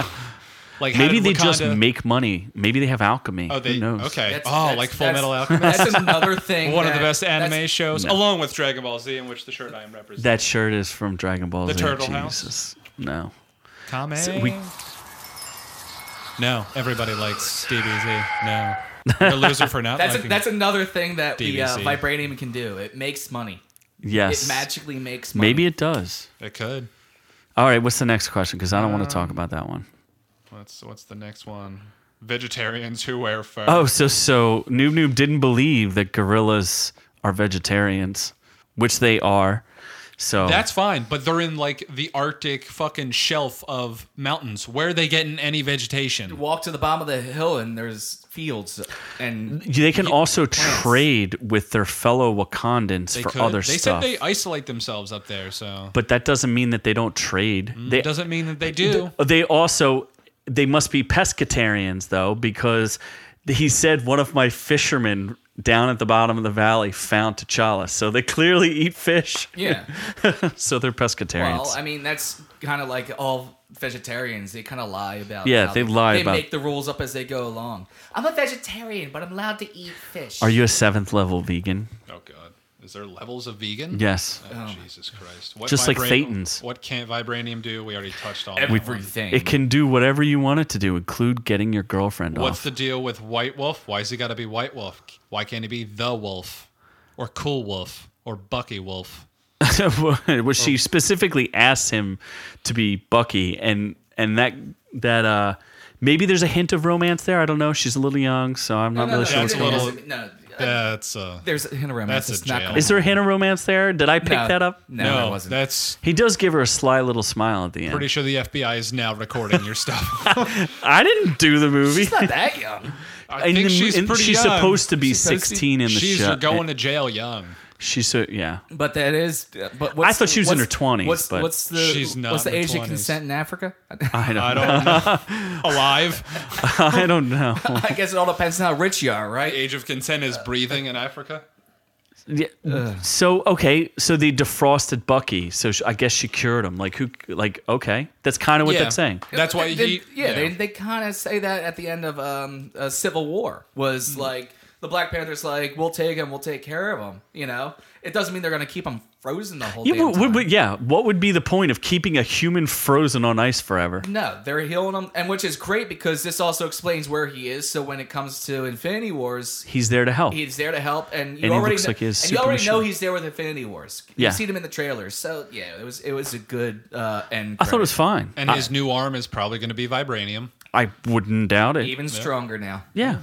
Speaker 3: like, how
Speaker 1: Maybe
Speaker 3: did
Speaker 1: they
Speaker 3: Wakanda,
Speaker 1: just make money. Maybe they have alchemy.
Speaker 3: Oh, they
Speaker 1: Who knows?
Speaker 3: okay.
Speaker 2: That's-
Speaker 3: oh,
Speaker 2: that's-
Speaker 3: like Full
Speaker 2: that's-
Speaker 3: Metal Alchemist,
Speaker 2: That's another thing.
Speaker 3: one of
Speaker 2: that-
Speaker 3: the best
Speaker 2: that's-
Speaker 3: anime shows, along with Dragon Ball Z, in which the shirt I am representing.
Speaker 1: That shirt is from Dragon Ball
Speaker 3: The
Speaker 1: Z.
Speaker 3: Turtle House?
Speaker 1: Jesus. No.
Speaker 3: Kame.
Speaker 1: we-
Speaker 3: no, everybody likes DBZ. No, you're a loser for not
Speaker 2: That's, a,
Speaker 3: liking
Speaker 2: that's another thing that the uh,
Speaker 3: DBC.
Speaker 2: vibranium can do. It makes money.
Speaker 1: Yes.
Speaker 2: It magically makes money.
Speaker 1: Maybe it does.
Speaker 3: it. It could.
Speaker 1: All right, what's the next question? Because I don't want to talk about that one.
Speaker 3: What's what's the next one? Vegetarians who wear fur.
Speaker 1: Oh, so so Noob Noob didn't believe that gorillas are vegetarians, which they are. So
Speaker 3: That's fine, but they're in like the Arctic fucking shelf of mountains. Where are they getting any vegetation?
Speaker 2: walk to the bottom of the hill and there's fields and
Speaker 1: they can also trade with their fellow Wakandans
Speaker 3: They
Speaker 1: for
Speaker 3: could.
Speaker 1: other
Speaker 3: they
Speaker 1: stuff.
Speaker 3: said they isolate themselves up there, so
Speaker 1: but that doesn't mean that they don't trade. They
Speaker 3: it Mm, doesn't mean that they do.
Speaker 1: they also they must be pescatarians though because he said one of my fishermen down at the bottom of the valley found T'Challa. So they clearly eat fish.
Speaker 2: yeah.
Speaker 1: So they're pescatarians.
Speaker 2: well, I mean that's kind of like all vegetarians. They kind of lie about.
Speaker 1: Yeah,
Speaker 2: how
Speaker 1: they lie
Speaker 2: They
Speaker 1: about-
Speaker 2: make the rules up as they go along. I'm a vegetarian, but I'm allowed to eat fish.
Speaker 1: Are you a seventh level vegan?
Speaker 3: Oh god. Is there levels of vegan?
Speaker 1: Yes.
Speaker 3: Oh, Jesus Christ. What
Speaker 1: Just like
Speaker 3: vibran-
Speaker 1: Thetans.
Speaker 3: What can't vibranium do? We already touched on that one.
Speaker 2: everything?
Speaker 1: It can do whatever you want it to do, include getting your girlfriend
Speaker 3: What's
Speaker 1: off.
Speaker 3: the deal with White Wolf? Why's he got to be White Wolf? Why can't he be the Wolf, or Cool Wolf, or Bucky Wolf?
Speaker 1: which uh, she specifically asked him to be Bucky, and and that that uh maybe there's a hint of romance there. I don't know. She's a little young, so I'm not really sure
Speaker 3: that's
Speaker 1: what's
Speaker 3: a
Speaker 1: going on.
Speaker 3: little-
Speaker 2: No,
Speaker 3: That's uh,
Speaker 2: there's a hint of romance.
Speaker 3: That's a
Speaker 2: It's not
Speaker 3: jail.
Speaker 2: gonna-
Speaker 1: Is there a hint of romance there? Did I pick
Speaker 2: No.
Speaker 1: that up?
Speaker 2: No, it
Speaker 3: no.
Speaker 2: wasn't.
Speaker 3: That's
Speaker 1: He does give her a sly little smile at the end.
Speaker 3: pretty sure the FBI is now recording your stuff.
Speaker 1: I didn't do the movie.
Speaker 2: She's not that young.
Speaker 3: I think she's pretty
Speaker 1: she's
Speaker 3: young.
Speaker 1: supposed to be
Speaker 2: She's supposed to be-
Speaker 1: 16 in the
Speaker 3: she's
Speaker 1: show.
Speaker 3: going to jail young.
Speaker 1: She's so yeah.
Speaker 2: But that is. But
Speaker 1: I thought she was in
Speaker 2: what's-
Speaker 1: her 20s,
Speaker 2: What's,
Speaker 1: but- Uh-huh.
Speaker 2: what's the
Speaker 3: She's not
Speaker 2: what's the
Speaker 3: in her
Speaker 2: age of
Speaker 3: 20s.
Speaker 2: consent in Africa?
Speaker 1: I don't.
Speaker 3: I
Speaker 1: I
Speaker 3: don't know. Alive.
Speaker 1: don't, know.
Speaker 2: I guess it all depends on how rich you are, right?
Speaker 3: Age of consent is breathing in Africa.
Speaker 1: Yeah. So okay. So they defrosted Bucky. So sh I guess she cured him. Like who? Like okay. That's kind of what
Speaker 3: Yeah.
Speaker 1: that's saying.
Speaker 3: That's why
Speaker 2: They-
Speaker 3: he.
Speaker 2: yeah, they, they kind of say that at the end of um, uh, Civil War was
Speaker 3: Mm.
Speaker 2: like the Black Panthers like we'll take him, we'll take care of him. You know, it doesn't mean they're gonna keep him frozen the whole
Speaker 1: Yeah.
Speaker 2: damn
Speaker 1: What, what,
Speaker 2: time.
Speaker 1: what- yeah. What would be the point of keeping a human frozen on ice forever?
Speaker 2: No, they're healing him, and which is great because this also explains where he is. So when it comes to Infinity Wars,
Speaker 1: He's there to help.
Speaker 2: he's there to help, and
Speaker 1: And
Speaker 2: you
Speaker 1: he
Speaker 2: already
Speaker 1: looks
Speaker 2: kn-
Speaker 1: like he has
Speaker 2: and you
Speaker 1: super
Speaker 2: already know
Speaker 1: machine.
Speaker 2: he's there with Infinity Wars.
Speaker 1: Yeah.
Speaker 2: You've seen him in the trailers, so yeah, it was it was a good uh, end.
Speaker 1: I thought it was fine.
Speaker 3: And his new arm is probably going to be vibranium.
Speaker 1: I wouldn't doubt it.
Speaker 2: even stronger now.
Speaker 1: yeah.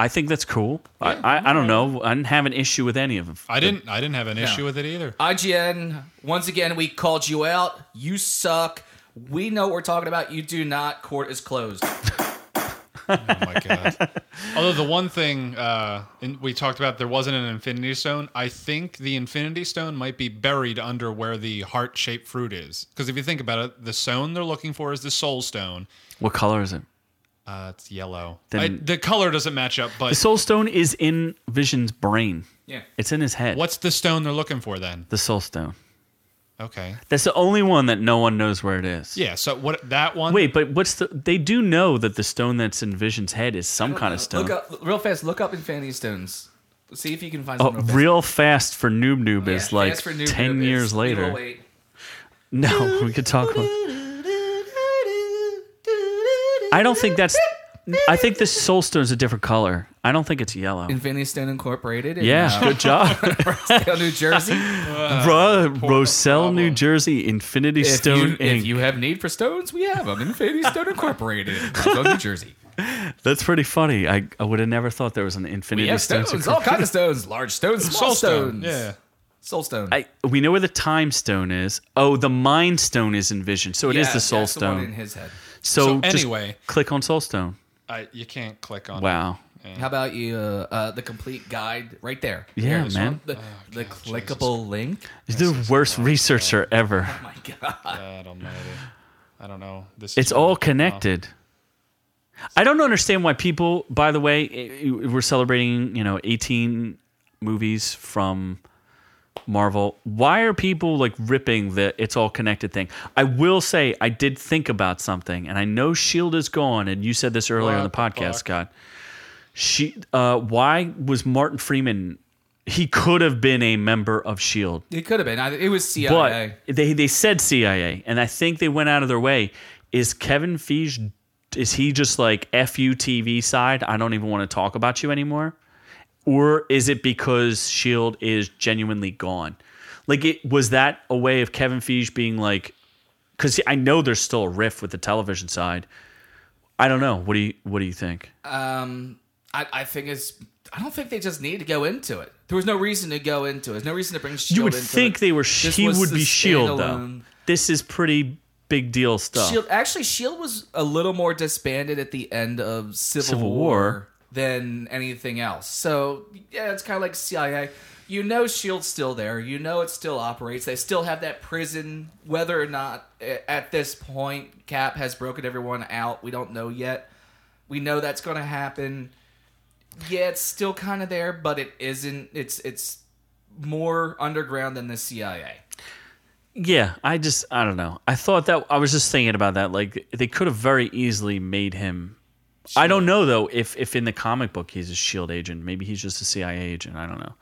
Speaker 1: I think that's cool. I, I, I don't know. I didn't have an issue with any of them.
Speaker 3: I didn't. I didn't have an issue with it either.
Speaker 2: IGN, once again, we called you out. You suck. We know what we're talking about. You do not. Court is closed.
Speaker 3: Oh my god! Although the one thing uh, in, we talked about, there wasn't an Infinity Stone. I think the Infinity Stone might be buried under where the heart-shaped fruit is. Because if you think about it, the stone they're looking for is the Soul Stone.
Speaker 1: What color is it?
Speaker 3: Uh, it's yellow.
Speaker 1: Then-
Speaker 3: I, the color doesn't match up,
Speaker 1: The
Speaker 3: but
Speaker 1: soul stone is in Vision's brain.
Speaker 2: Yeah.
Speaker 1: It's in his head.
Speaker 3: what's the stone they're looking for then?
Speaker 1: the soul stone?
Speaker 3: Okay.
Speaker 1: That's the only one that no one knows where it is.
Speaker 3: Yeah. So what that one?
Speaker 1: Wait, but what's the? They do know that the stone that's in Vision's head is some kind of stone.
Speaker 2: Look up real fast. Look up Infinity Stones. See if you can find
Speaker 1: Oh,
Speaker 2: something.
Speaker 1: real fast for Noob Noob is like
Speaker 2: As for Noob
Speaker 1: ten
Speaker 2: Noob,
Speaker 1: years
Speaker 2: it's- we will
Speaker 1: later.
Speaker 2: wait.
Speaker 1: No, we could talk. About, I don't think that's. I think the soul stone's a different color. I don't think it's yellow.
Speaker 2: Infinity Stone Incorporated. In,
Speaker 1: yeah,
Speaker 2: uh,
Speaker 1: good job,
Speaker 2: Rosedale, New Jersey.
Speaker 1: bruh. Roselle, New
Speaker 3: problem.
Speaker 1: Jersey, Infinity
Speaker 2: if,
Speaker 1: Stone
Speaker 2: you,
Speaker 1: Inc.
Speaker 2: if you have need for stones, we have them. Infinity Stone Incorporated. in Rosedale, New Jersey.
Speaker 1: That's pretty funny. I, I would have never thought there was an Infinity
Speaker 2: We have
Speaker 1: Stone.
Speaker 2: stones, all kinds of stones, large stones, small
Speaker 3: Soul Stone.
Speaker 2: stones.
Speaker 3: Yeah.
Speaker 2: Soul Stone.
Speaker 1: I, we know where the time stone is. Oh, the mind stone is envisioned, so it is the soul
Speaker 2: The one
Speaker 1: stone.
Speaker 2: in his head.
Speaker 1: so
Speaker 3: So
Speaker 1: just
Speaker 3: anyway-
Speaker 1: click on soul stone.
Speaker 3: I, you can't click on. it.
Speaker 1: Wow.
Speaker 2: How about you? Uh, uh, the complete guide right there.
Speaker 1: Yeah,
Speaker 2: this
Speaker 1: man.
Speaker 2: one, The, the clickable link.
Speaker 1: He's the worst researcher ever.
Speaker 2: Oh my god.
Speaker 3: God almighty. I don't know. This.
Speaker 1: It's
Speaker 3: is-
Speaker 1: all connected. I don't understand why people. By the way, i- i- we're celebrating, you know, eighteen movies from Marvel. Why are people like ripping the "it's all connected" thing? I will say, I did think about something, and I know Shield is gone, and you said this earlier in the
Speaker 3: What the
Speaker 1: podcast,
Speaker 3: fuck?
Speaker 1: Scott. She, uh, why was Martin Freeman? He could have been a member of Shield.
Speaker 2: It could have been. I- It was
Speaker 1: But
Speaker 2: CIA.
Speaker 1: they they said CIA, and I think they went out of their way. Is Kevin Feige? Is he just like fu TV side? I don't even want to talk about you anymore. Or is it because Shield E is genuinely gone? Like, it was that a way of Kevin Feige being like? Because I know there's still a rift with the television side. I don't know. What do you What do you think?
Speaker 2: um, I, I think it's. I don't think they just need to go into it. There was no reason to go into it. There's no reason to bring Shield.
Speaker 1: you would
Speaker 2: into
Speaker 1: think
Speaker 2: it.
Speaker 1: they were.
Speaker 2: This
Speaker 1: He
Speaker 2: was
Speaker 1: would
Speaker 2: the
Speaker 1: be Shield E though.
Speaker 2: standalone.
Speaker 1: This is pretty big deal stuff.
Speaker 2: Shield actually Shield was a little more disbanded at the end of Civil,
Speaker 1: Civil
Speaker 2: War.
Speaker 1: War.
Speaker 2: than anything else. So yeah, it's kind of like CIA. You know, Shield's still there. You know, it still operates. They still have that prison. Whether or not eh, at this point Cap has broken everyone out, we don't know yet. We know that's going to happen. Yeah, it's still kind of there, but it isn't. It's it's more underground than the CIA.
Speaker 1: Yeah, I just I don't know. I thought that I was just thinking about that. Like they could have very easily made him. I don't know though if if in the comic book he's a Shield E agent, maybe he's just a CIA agent. I don't know.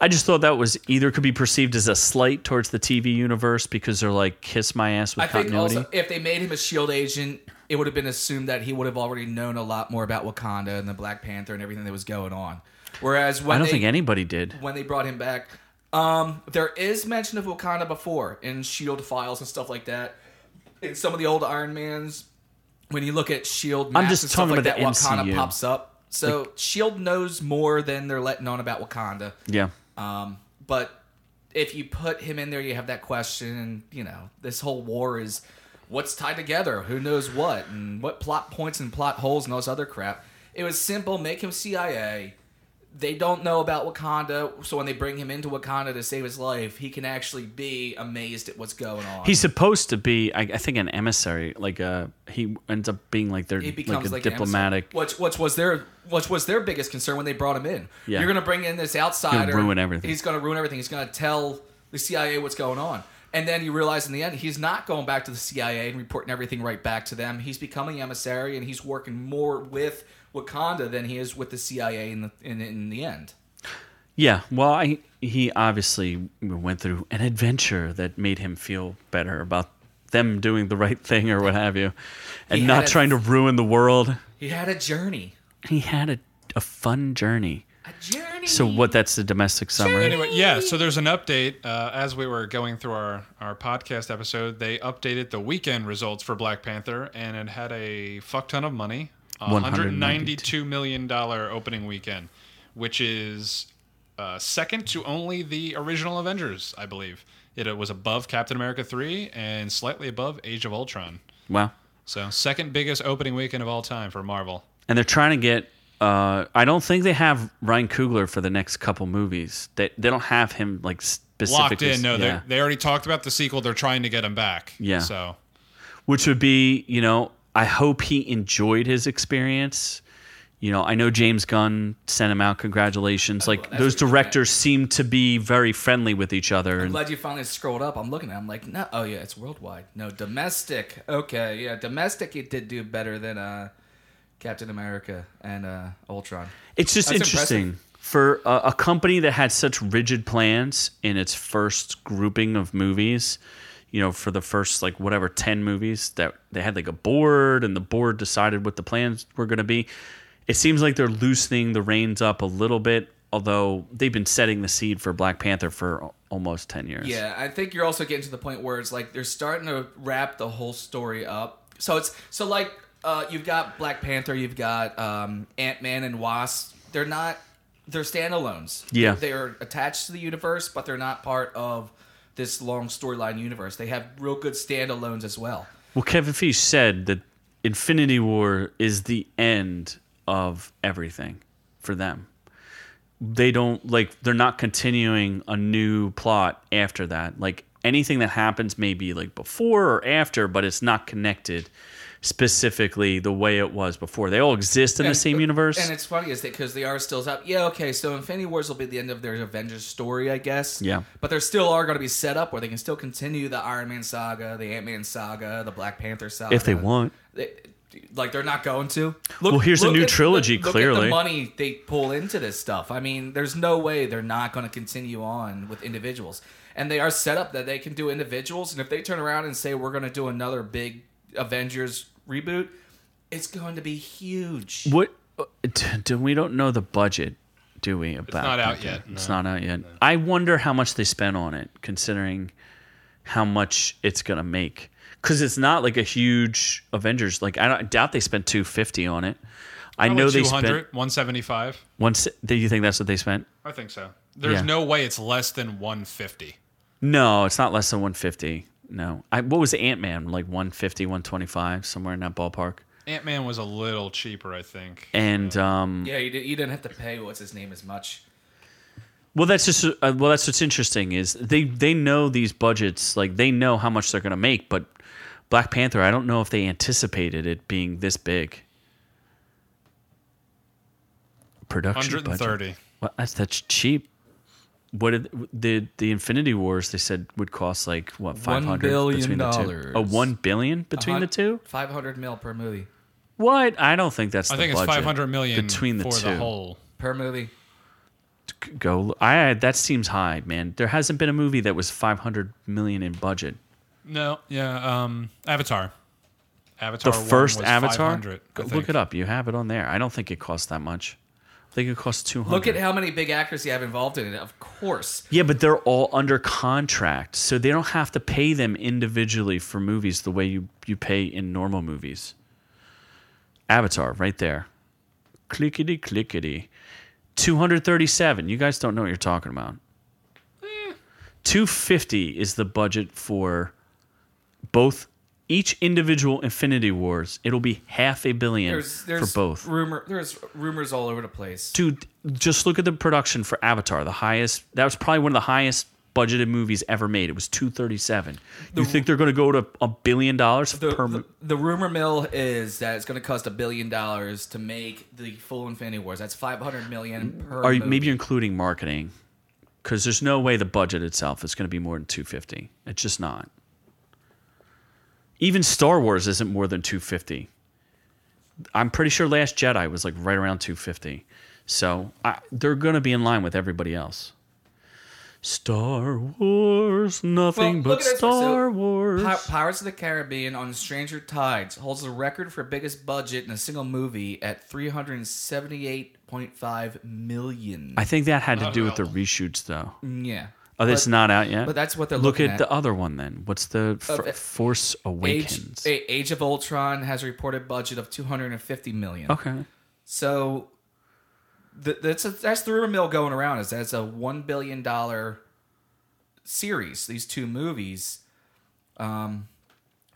Speaker 1: I just thought that was either could be perceived as a slight towards the TV universe because they're like kiss my ass with
Speaker 2: I think
Speaker 1: continuity.
Speaker 2: also if they made him a shield E agent, it would have been assumed that he would have already known a lot more about Wakanda and the Black Panther and everything that was going on. Whereas when
Speaker 1: I don't
Speaker 2: they,
Speaker 1: think anybody did.
Speaker 2: when they brought him back, Um, there is mention of Wakanda before in Shield E files and stuff like that. In some of the old Iron Mans, when you look at Shield, E maps
Speaker 1: just
Speaker 2: and stuff
Speaker 1: talking
Speaker 2: like
Speaker 1: about the
Speaker 2: that. Wakanda
Speaker 1: MCU.
Speaker 2: pops up. So Shield E knows more than they're letting on about Wakanda.
Speaker 1: Yeah.
Speaker 2: Um, but if you put him in there, you have that question. And, you know, this whole war is what's tied together, who knows what, and what plot points and plot holes and all this other crap. It was simple make him CIA. They don't know about Wakanda, so when they bring him into Wakanda to save his life, he can actually be amazed at what's going on.
Speaker 1: He's supposed to be, I, I think, an emissary. Like, uh, he ends up being like their
Speaker 2: he
Speaker 1: like a
Speaker 2: becomes like, an
Speaker 1: diplomatic.
Speaker 2: emissary. Which, which was their which was their biggest concern when they brought him in.
Speaker 1: Yeah.
Speaker 2: You're going to bring in this outsider,
Speaker 1: ruin everything.
Speaker 2: He's going to ruin everything. He's going to tell the CIA what's going on, and then you realize in the end he's not going back to the CIA and reporting everything right back to them. He's becoming emissary, and he's working more with Wakanda than he is with the CIA in the in, in the end.
Speaker 1: Yeah. Well, I he obviously went through an adventure that made him feel better about them doing the right thing or what have you, and
Speaker 2: He
Speaker 1: not
Speaker 2: had a-
Speaker 1: trying to ruin the world.
Speaker 2: He had a journey.
Speaker 1: He had a, a fun journey.
Speaker 2: A journey.
Speaker 1: So what? That's the domestic summary.
Speaker 3: Anyway, yeah. So there's an update uh, as we were going through our our podcast episode. They updated the weekend results for Black Panther, and it had a fuck ton of money, a
Speaker 1: 192
Speaker 3: 192 million dollar opening weekend, which is uh, second to only the original Avengers, I believe. It, it was above Captain America three and slightly above Age of Ultron.
Speaker 1: Wow.
Speaker 3: So second biggest opening weekend of all time for Marvel.
Speaker 1: and they're trying to get. Uh, I don't think they have Ryan Coogler for the next couple movies. They they don't have him like specifically.
Speaker 3: Locked in. No,
Speaker 1: yeah.
Speaker 3: they they already talked about the sequel. They're trying to get him back.
Speaker 1: Yeah.
Speaker 3: So
Speaker 1: which would be you know I hope he enjoyed his experience. You know, I know James Gunn sent him out. Congratulations! Like
Speaker 2: that's
Speaker 1: those
Speaker 2: what he meant.
Speaker 1: directors seem to be very friendly with each other.
Speaker 2: I'm
Speaker 1: And
Speaker 2: glad you finally scrolled up. I'm looking at. It. I'm like, no. Oh yeah, it's worldwide. No domestic. Okay, yeah, domestic. It did do better than uh, Captain America and uh, Ultron.
Speaker 1: it's just
Speaker 2: That's
Speaker 1: interesting for a, a company that had such rigid plans in its first grouping of movies. You know, for the first like whatever ten movies that they had like a board, and the board decided what the plans were going to be. It seems like they're loosening the reins up a little bit, although they've been setting the seed for Black Panther for al- almost ten years.
Speaker 2: Yeah, I think you're also getting to the point where it's like they're starting to wrap the whole story up. So it's so like uh, you've got Black Panther, you've got um, Ant Man and Wasp. They're not they're standalones.
Speaker 1: Yeah.
Speaker 2: they are attached to the universe, but they're not part of this long storyline universe. They have real good standalones as well.
Speaker 1: Well, Kevin Feige said that Infinity War is the end of everything for them. They don't like they're not continuing a new plot after that. Like anything that happens may be like before or after, but it's not connected specifically the way it was before. They all exist in the
Speaker 2: And-
Speaker 1: same universe.
Speaker 2: And it's funny is that because they are still up. Yeah, okay. So Infinity Wars will be the end of their Avengers story, I guess.
Speaker 1: Yeah.
Speaker 2: But there still are going to be set up where they can still continue the Iron Man saga, the Ant Man saga, the Black Panther saga,
Speaker 1: if they want.
Speaker 2: They- like they're not going to. Look,
Speaker 1: Well, here's a
Speaker 2: look
Speaker 1: new
Speaker 2: at-
Speaker 1: trilogy,
Speaker 2: look- look at
Speaker 1: clearly.
Speaker 2: the money they pull into this stuff. I mean, there's no way they're not going to continue on with individuals, and they are set up that they can do individuals. And if they turn around and say we're going to do another big Avengers reboot, it's going to be huge.
Speaker 1: What uh, d- d- we don't know the budget, do we? About
Speaker 3: not out
Speaker 1: that?
Speaker 3: yet,
Speaker 1: It's not out yet. I wonder how much they spent on it, considering how much it's gonna make. Because it's not like a huge Avengers. Like I, don't, I doubt they spent two fifty on it. I know they spent
Speaker 3: 175.
Speaker 1: once. Do you think that's what they spent?
Speaker 3: I think so. There's
Speaker 1: Yeah.
Speaker 3: no way it's less than 150.
Speaker 1: No, it's not less than one fifty. No, I, what was Ant Man like 150, 125, somewhere in that ballpark?
Speaker 3: Ant Man was a little cheaper, I think.
Speaker 1: And um,
Speaker 2: Yeah, you, did, you didn't have to pay what's his name as much.
Speaker 1: Well, that's just uh, well, that's what's interesting is they they know these budgets, like they know how much they're going to make, but Black Panther, I don't know if they anticipated it being this big. Production budget.
Speaker 3: 130.
Speaker 1: Well, that's that's cheap. What did the the Infinity Wars they said would cost like what five hundred
Speaker 2: billion
Speaker 1: between the two?
Speaker 2: dollars.
Speaker 1: A one billion between the two?
Speaker 2: Five hundred mil per movie.
Speaker 1: What? I don't think that's.
Speaker 3: I
Speaker 1: the
Speaker 3: think it's
Speaker 1: budget
Speaker 3: 500 million
Speaker 1: between the
Speaker 3: for
Speaker 1: two.
Speaker 3: the whole.
Speaker 2: Per movie.
Speaker 1: go i that seems high man there hasn't been a movie that was 500 million in budget
Speaker 3: No, yeah. Um, Avatar. Avatar.
Speaker 1: the
Speaker 3: one
Speaker 1: first
Speaker 3: was
Speaker 1: avatar
Speaker 3: 500, I
Speaker 1: Go
Speaker 3: think.
Speaker 1: look it up you have it on there i don't think it cost that much They could cost two hundred.
Speaker 2: Look at how many big actors you have involved in it. Of course,
Speaker 1: Yeah, but they're all under contract, so they don't have to pay them individually for movies the way you, you pay in normal movies. Avatar, right there. Clickety clickety. 237. You guys don't know what you're talking about. 250 is the budget for both each individual Infinity Wars. It'll be half a billion
Speaker 2: there's there's
Speaker 1: for both.
Speaker 2: rumor there's rumors all over the place.
Speaker 1: Dude, just look at the production for Avatar. The highest that was probably one of the highest budgeted movies ever made. It was 237. you think they're going to go to a billion dollars
Speaker 2: The,
Speaker 1: per
Speaker 2: the,
Speaker 1: mo-
Speaker 2: the rumor mill is that it's going to cost a billion dollars to make the full Infinity Wars. That's five hundred million per.
Speaker 1: Are you,
Speaker 2: movie.
Speaker 1: maybe you're including marketing cuz there's no way the budget itself is going to be more than 250. It's just not. Even Star Wars isn't more than 250. I'm pretty sure Last Jedi was like right around 250. So, I, they're going to be in line with everybody else. Star Wars, nothing
Speaker 2: Well,
Speaker 1: but
Speaker 2: look at this.
Speaker 1: Star
Speaker 2: So,
Speaker 1: Wars.
Speaker 2: Pi- Pirates of the Caribbean on Stranger Tides holds the record for biggest budget in a single movie at 378.5 million.
Speaker 1: I think that had to do with the
Speaker 3: well.
Speaker 1: reshoots, though.
Speaker 2: yeah.
Speaker 1: Oh, that's
Speaker 2: Mm, But
Speaker 1: not out yet.
Speaker 2: but that's what they're
Speaker 1: Look
Speaker 2: looking
Speaker 1: at,
Speaker 2: at.
Speaker 1: the other one then. What's the f-
Speaker 2: it-
Speaker 1: Force
Speaker 2: Age,
Speaker 1: Awakens?
Speaker 2: A- Age of Ultron has a reported budget of 250 million.
Speaker 1: okay,
Speaker 2: So th- that's a, that's the rumor mill going around is that's a 1 billion dollar series, these two movies. Um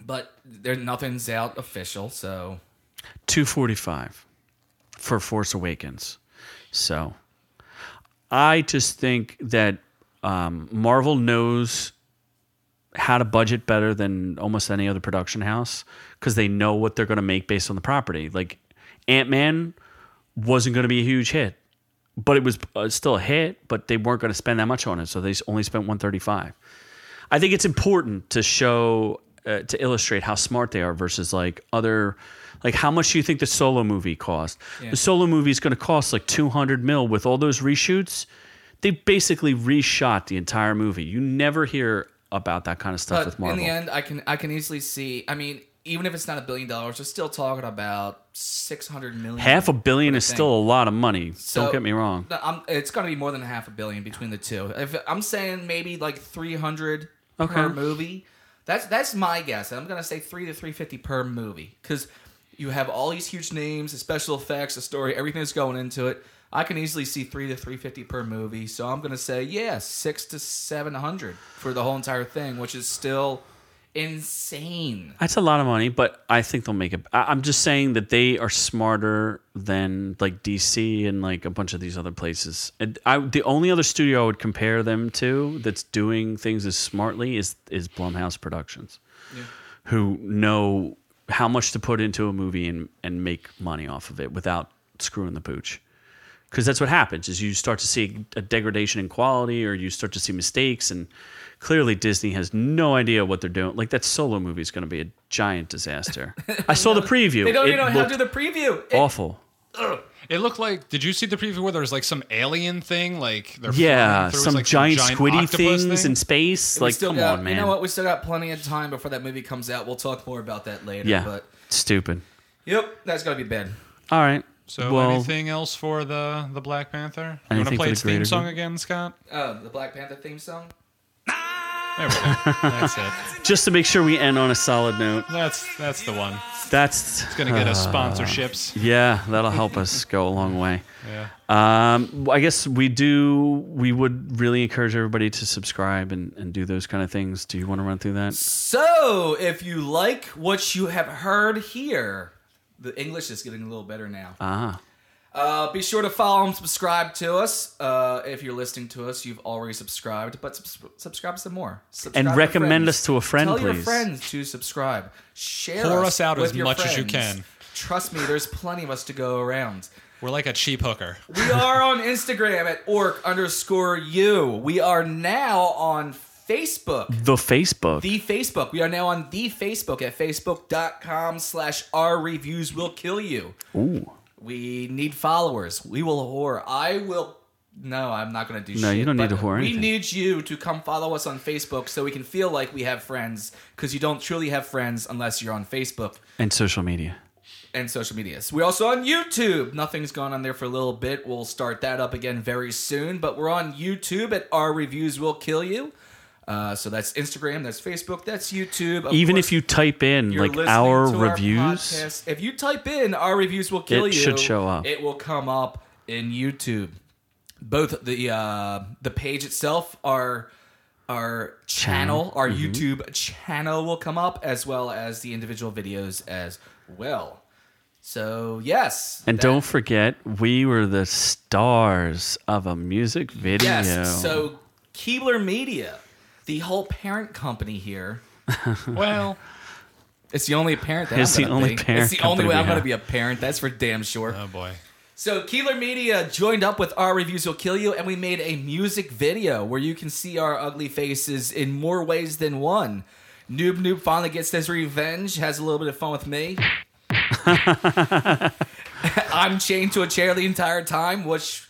Speaker 2: but there nothing's out official, so
Speaker 1: two forty-five for Force Awakens. So, I just think that um, Marvel knows how to budget better than almost any other production house because they know what they're going to make based on the property. Like Ant Man wasn't going to be a huge hit. but it was uh, still a hit. But they weren't going to spend that much on it, so they s- only spent one thirty five. I think it's important to show uh, to illustrate how smart they are versus like other, like how much do you think the solo movie cost? The solo movie is going to cost like two hundred mil with all those reshoots. They basically reshot the entire movie. You never hear about that kind of stuff with
Speaker 2: But in
Speaker 1: Marvel.
Speaker 2: the end, I can I can easily see. I mean, even if it's not a billion dollars, we're still talking about six hundred million.
Speaker 1: Half a billion
Speaker 2: What
Speaker 1: is
Speaker 2: thing.
Speaker 1: still a lot of money.
Speaker 2: So-
Speaker 1: Don't get me wrong.
Speaker 2: No, I'm, it's going to be more than half a billion between the two. If I'm saying maybe like three hundred per
Speaker 1: Okay.
Speaker 2: movie, that's that's my guess. I'm going to say three to three fifty per movie because you have all these huge names, the special effects, the story, everything that's going into it. I can easily see three to three fifty per movie, so I'm going to say yeah, six to seven hundred for the whole entire thing, which is still insane.
Speaker 1: That's a lot of money, but I think they'll make it. I- I'm just saying that they are smarter than like DC and like a bunch of these other places. And I, the only other studio I would compare them to that's doing things as smartly is is Blumhouse Productions, who know how much to put into a movie and and make money off of it without screwing the pooch. Because that's what happens is you start to see a degradation in quality, or you start to see mistakes, and clearly Disney has no idea what they're doing. Like that solo movie is going to be a giant disaster. I saw the preview;
Speaker 2: They don't
Speaker 1: it
Speaker 2: even know how to do
Speaker 1: looked
Speaker 2: the preview. It-
Speaker 1: awful.
Speaker 3: It looked like. Did you see the preview where there was like some alien thing? Like they're
Speaker 1: Yeah,
Speaker 3: flying through, it's
Speaker 1: some
Speaker 3: like
Speaker 1: giant, squiddy
Speaker 3: octopus
Speaker 1: things
Speaker 3: thing?
Speaker 1: in space.
Speaker 2: We
Speaker 1: Like,
Speaker 2: still
Speaker 1: come
Speaker 2: got-
Speaker 1: on, man.
Speaker 2: You know what? We still got plenty of time before that movie comes out. We'll talk more about that later.
Speaker 1: Yeah,
Speaker 2: But
Speaker 1: stupid.
Speaker 2: yep, that's gonna be bad.
Speaker 1: All right.
Speaker 3: So
Speaker 1: well,
Speaker 3: anything else for the the Black Panther? You want
Speaker 1: Anything for
Speaker 3: to play
Speaker 1: the
Speaker 3: its theme
Speaker 1: greater
Speaker 3: song
Speaker 1: good?
Speaker 3: again, Scott?
Speaker 2: Oh, the Black Panther theme song.
Speaker 3: There we go. that's it.
Speaker 1: just to make sure we end on a solid note,
Speaker 3: That's that's the one.
Speaker 1: that's
Speaker 3: It's gonna get us sponsorships.
Speaker 1: Yeah, that'll help us go a long way.
Speaker 3: Yeah.
Speaker 1: Um, I guess we do. We would really encourage everybody to subscribe and, and do those kind of things. Do you want to run through that?
Speaker 2: So, if you like what you have heard here, the English is getting a little better now.
Speaker 1: Ah,
Speaker 2: Uh, be sure to follow and subscribe to us. Uh, if you're listening to us, you've already subscribed, but subs- subscribe some more. Subscribe
Speaker 1: And
Speaker 2: to
Speaker 1: recommend
Speaker 2: friends.
Speaker 1: us to a friend,
Speaker 2: Tell your
Speaker 1: please.
Speaker 2: friends to subscribe. Share
Speaker 3: Pour
Speaker 2: us
Speaker 3: us out
Speaker 2: with
Speaker 3: as
Speaker 2: your
Speaker 3: much as you
Speaker 2: friends.
Speaker 3: can.
Speaker 2: Trust me, there's plenty of us to go around.
Speaker 3: We're like a cheap hooker.
Speaker 2: We are on Instagram at orc underscore you. We are now on Facebook.
Speaker 1: the Facebook.
Speaker 2: The Facebook. We are now on the Facebook at facebook.com slash our reviews will kill you.
Speaker 1: Ooh.
Speaker 2: We need followers. We will whore. I will. No, I'm not going to do
Speaker 1: No,
Speaker 2: shit.
Speaker 1: you don't need
Speaker 2: but
Speaker 1: to whore
Speaker 2: We
Speaker 1: anything.
Speaker 2: need you to come follow us on Facebook so we can feel like we have friends because you don't truly have friends unless you're on Facebook
Speaker 1: and social media.
Speaker 2: and social medias. We're also on YouTube. Nothing's gone on there for a little bit. We'll start that up again very soon. But we're on YouTube at Our Reviews Will Kill You. Uh, so that's Instagram, that's Facebook, that's YouTube. Of
Speaker 1: Even
Speaker 2: course,
Speaker 1: if you type in
Speaker 2: you're
Speaker 1: like
Speaker 2: listening
Speaker 1: our
Speaker 2: to our
Speaker 1: reviews,
Speaker 2: podcast, if you type in Our Reviews Will Kill
Speaker 1: It
Speaker 2: You,
Speaker 1: should show up.
Speaker 2: It will come up in YouTube. Both the uh, the page itself, our our channel, our
Speaker 1: Mm-hmm.
Speaker 2: YouTube channel will come up, as well as the individual videos as well. So yes,
Speaker 1: and
Speaker 2: that-
Speaker 1: don't forget, we were the stars of a music video.
Speaker 2: yes. So Keebler Media, the whole parent company here.
Speaker 3: Well,
Speaker 2: It's the only parent that
Speaker 1: It's the
Speaker 2: I'm gonna
Speaker 1: only
Speaker 2: be.
Speaker 1: parent
Speaker 2: It's the only
Speaker 1: company
Speaker 2: way
Speaker 1: we
Speaker 2: I'm going to
Speaker 1: have.
Speaker 2: be a parent. That's for damn sure.
Speaker 3: oh boy.
Speaker 2: So Keeler Media joined up with Our Reviews Will Kill You, and we made a music video where you can see our ugly faces in more ways than one. Noob Noob finally gets his revenge, has a little bit of fun with me. I'm chained to a chair the entire time, which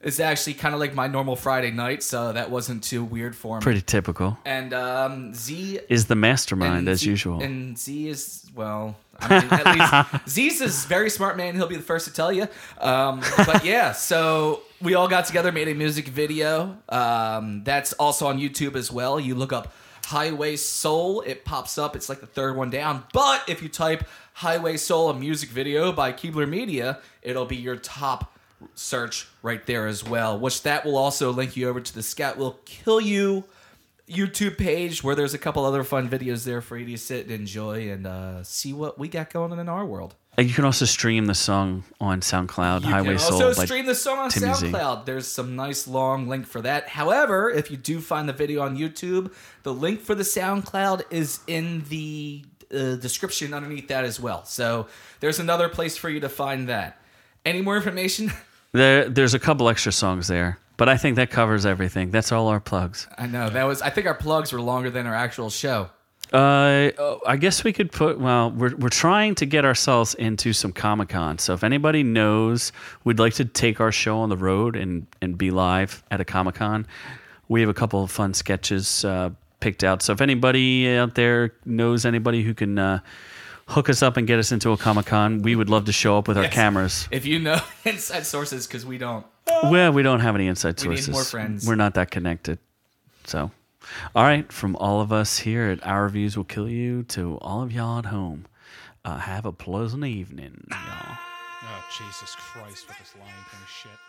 Speaker 2: is actually kind of like my normal Friday night, so that wasn't too weird for me.
Speaker 1: pretty typical.
Speaker 2: And um, Z
Speaker 1: Is the mastermind
Speaker 2: and
Speaker 1: as
Speaker 2: Z-
Speaker 1: usual?
Speaker 2: And Z is well, I mean, at least Z's is a very smart man. He'll be the first to tell you. Um, but yeah, so we all got together, made a music video. Um, that's also on YouTube as well. You look up Highway Soul, it pops up. It's like the third one down. But if you type Highway Soul a music video by Keebler Media, it'll be your top search right there as well. Which that will also link you over to the Scout Will Kill You YouTube page where there's a couple other fun videos there for you to sit and enjoy and uh, see what we got going on in our world.
Speaker 1: and you can also stream the song on SoundCloud,
Speaker 2: You
Speaker 1: Highway
Speaker 2: can
Speaker 1: Soul.
Speaker 2: also
Speaker 1: by-
Speaker 2: stream the song on
Speaker 1: Timmy Z.
Speaker 2: SoundCloud. There's some nice long link for that. However, if you do find the video on YouTube, the link for the SoundCloud is in the uh, description underneath that as well. So there's another place for you to find that. Any more information?
Speaker 1: there, there's a couple extra songs there, but I think that covers everything. That's all our plugs.
Speaker 2: I know that was. I think our plugs were longer than our actual show.
Speaker 1: Uh, oh, I guess we could put. Well, we're we're trying to get ourselves into some Comic Con. So if anybody knows, we'd like to take our show on the road and and be live at a Comic Con. We have a couple of fun sketches uh, picked out. So if anybody out there knows anybody who can. Uh, Hook us up and get us into a Comic Con. We would love to show up with our cameras.
Speaker 2: If you know inside sources, because we don't.
Speaker 1: Well, we don't have any inside
Speaker 2: We need
Speaker 1: sources.
Speaker 2: more friends.
Speaker 1: We're not that connected. So, all right, from all of us here at Our Reviews Will Kill You to all of y'all at home, uh, have a pleasant evening, y'all.
Speaker 3: Oh Jesus Christ with this Lion King shit.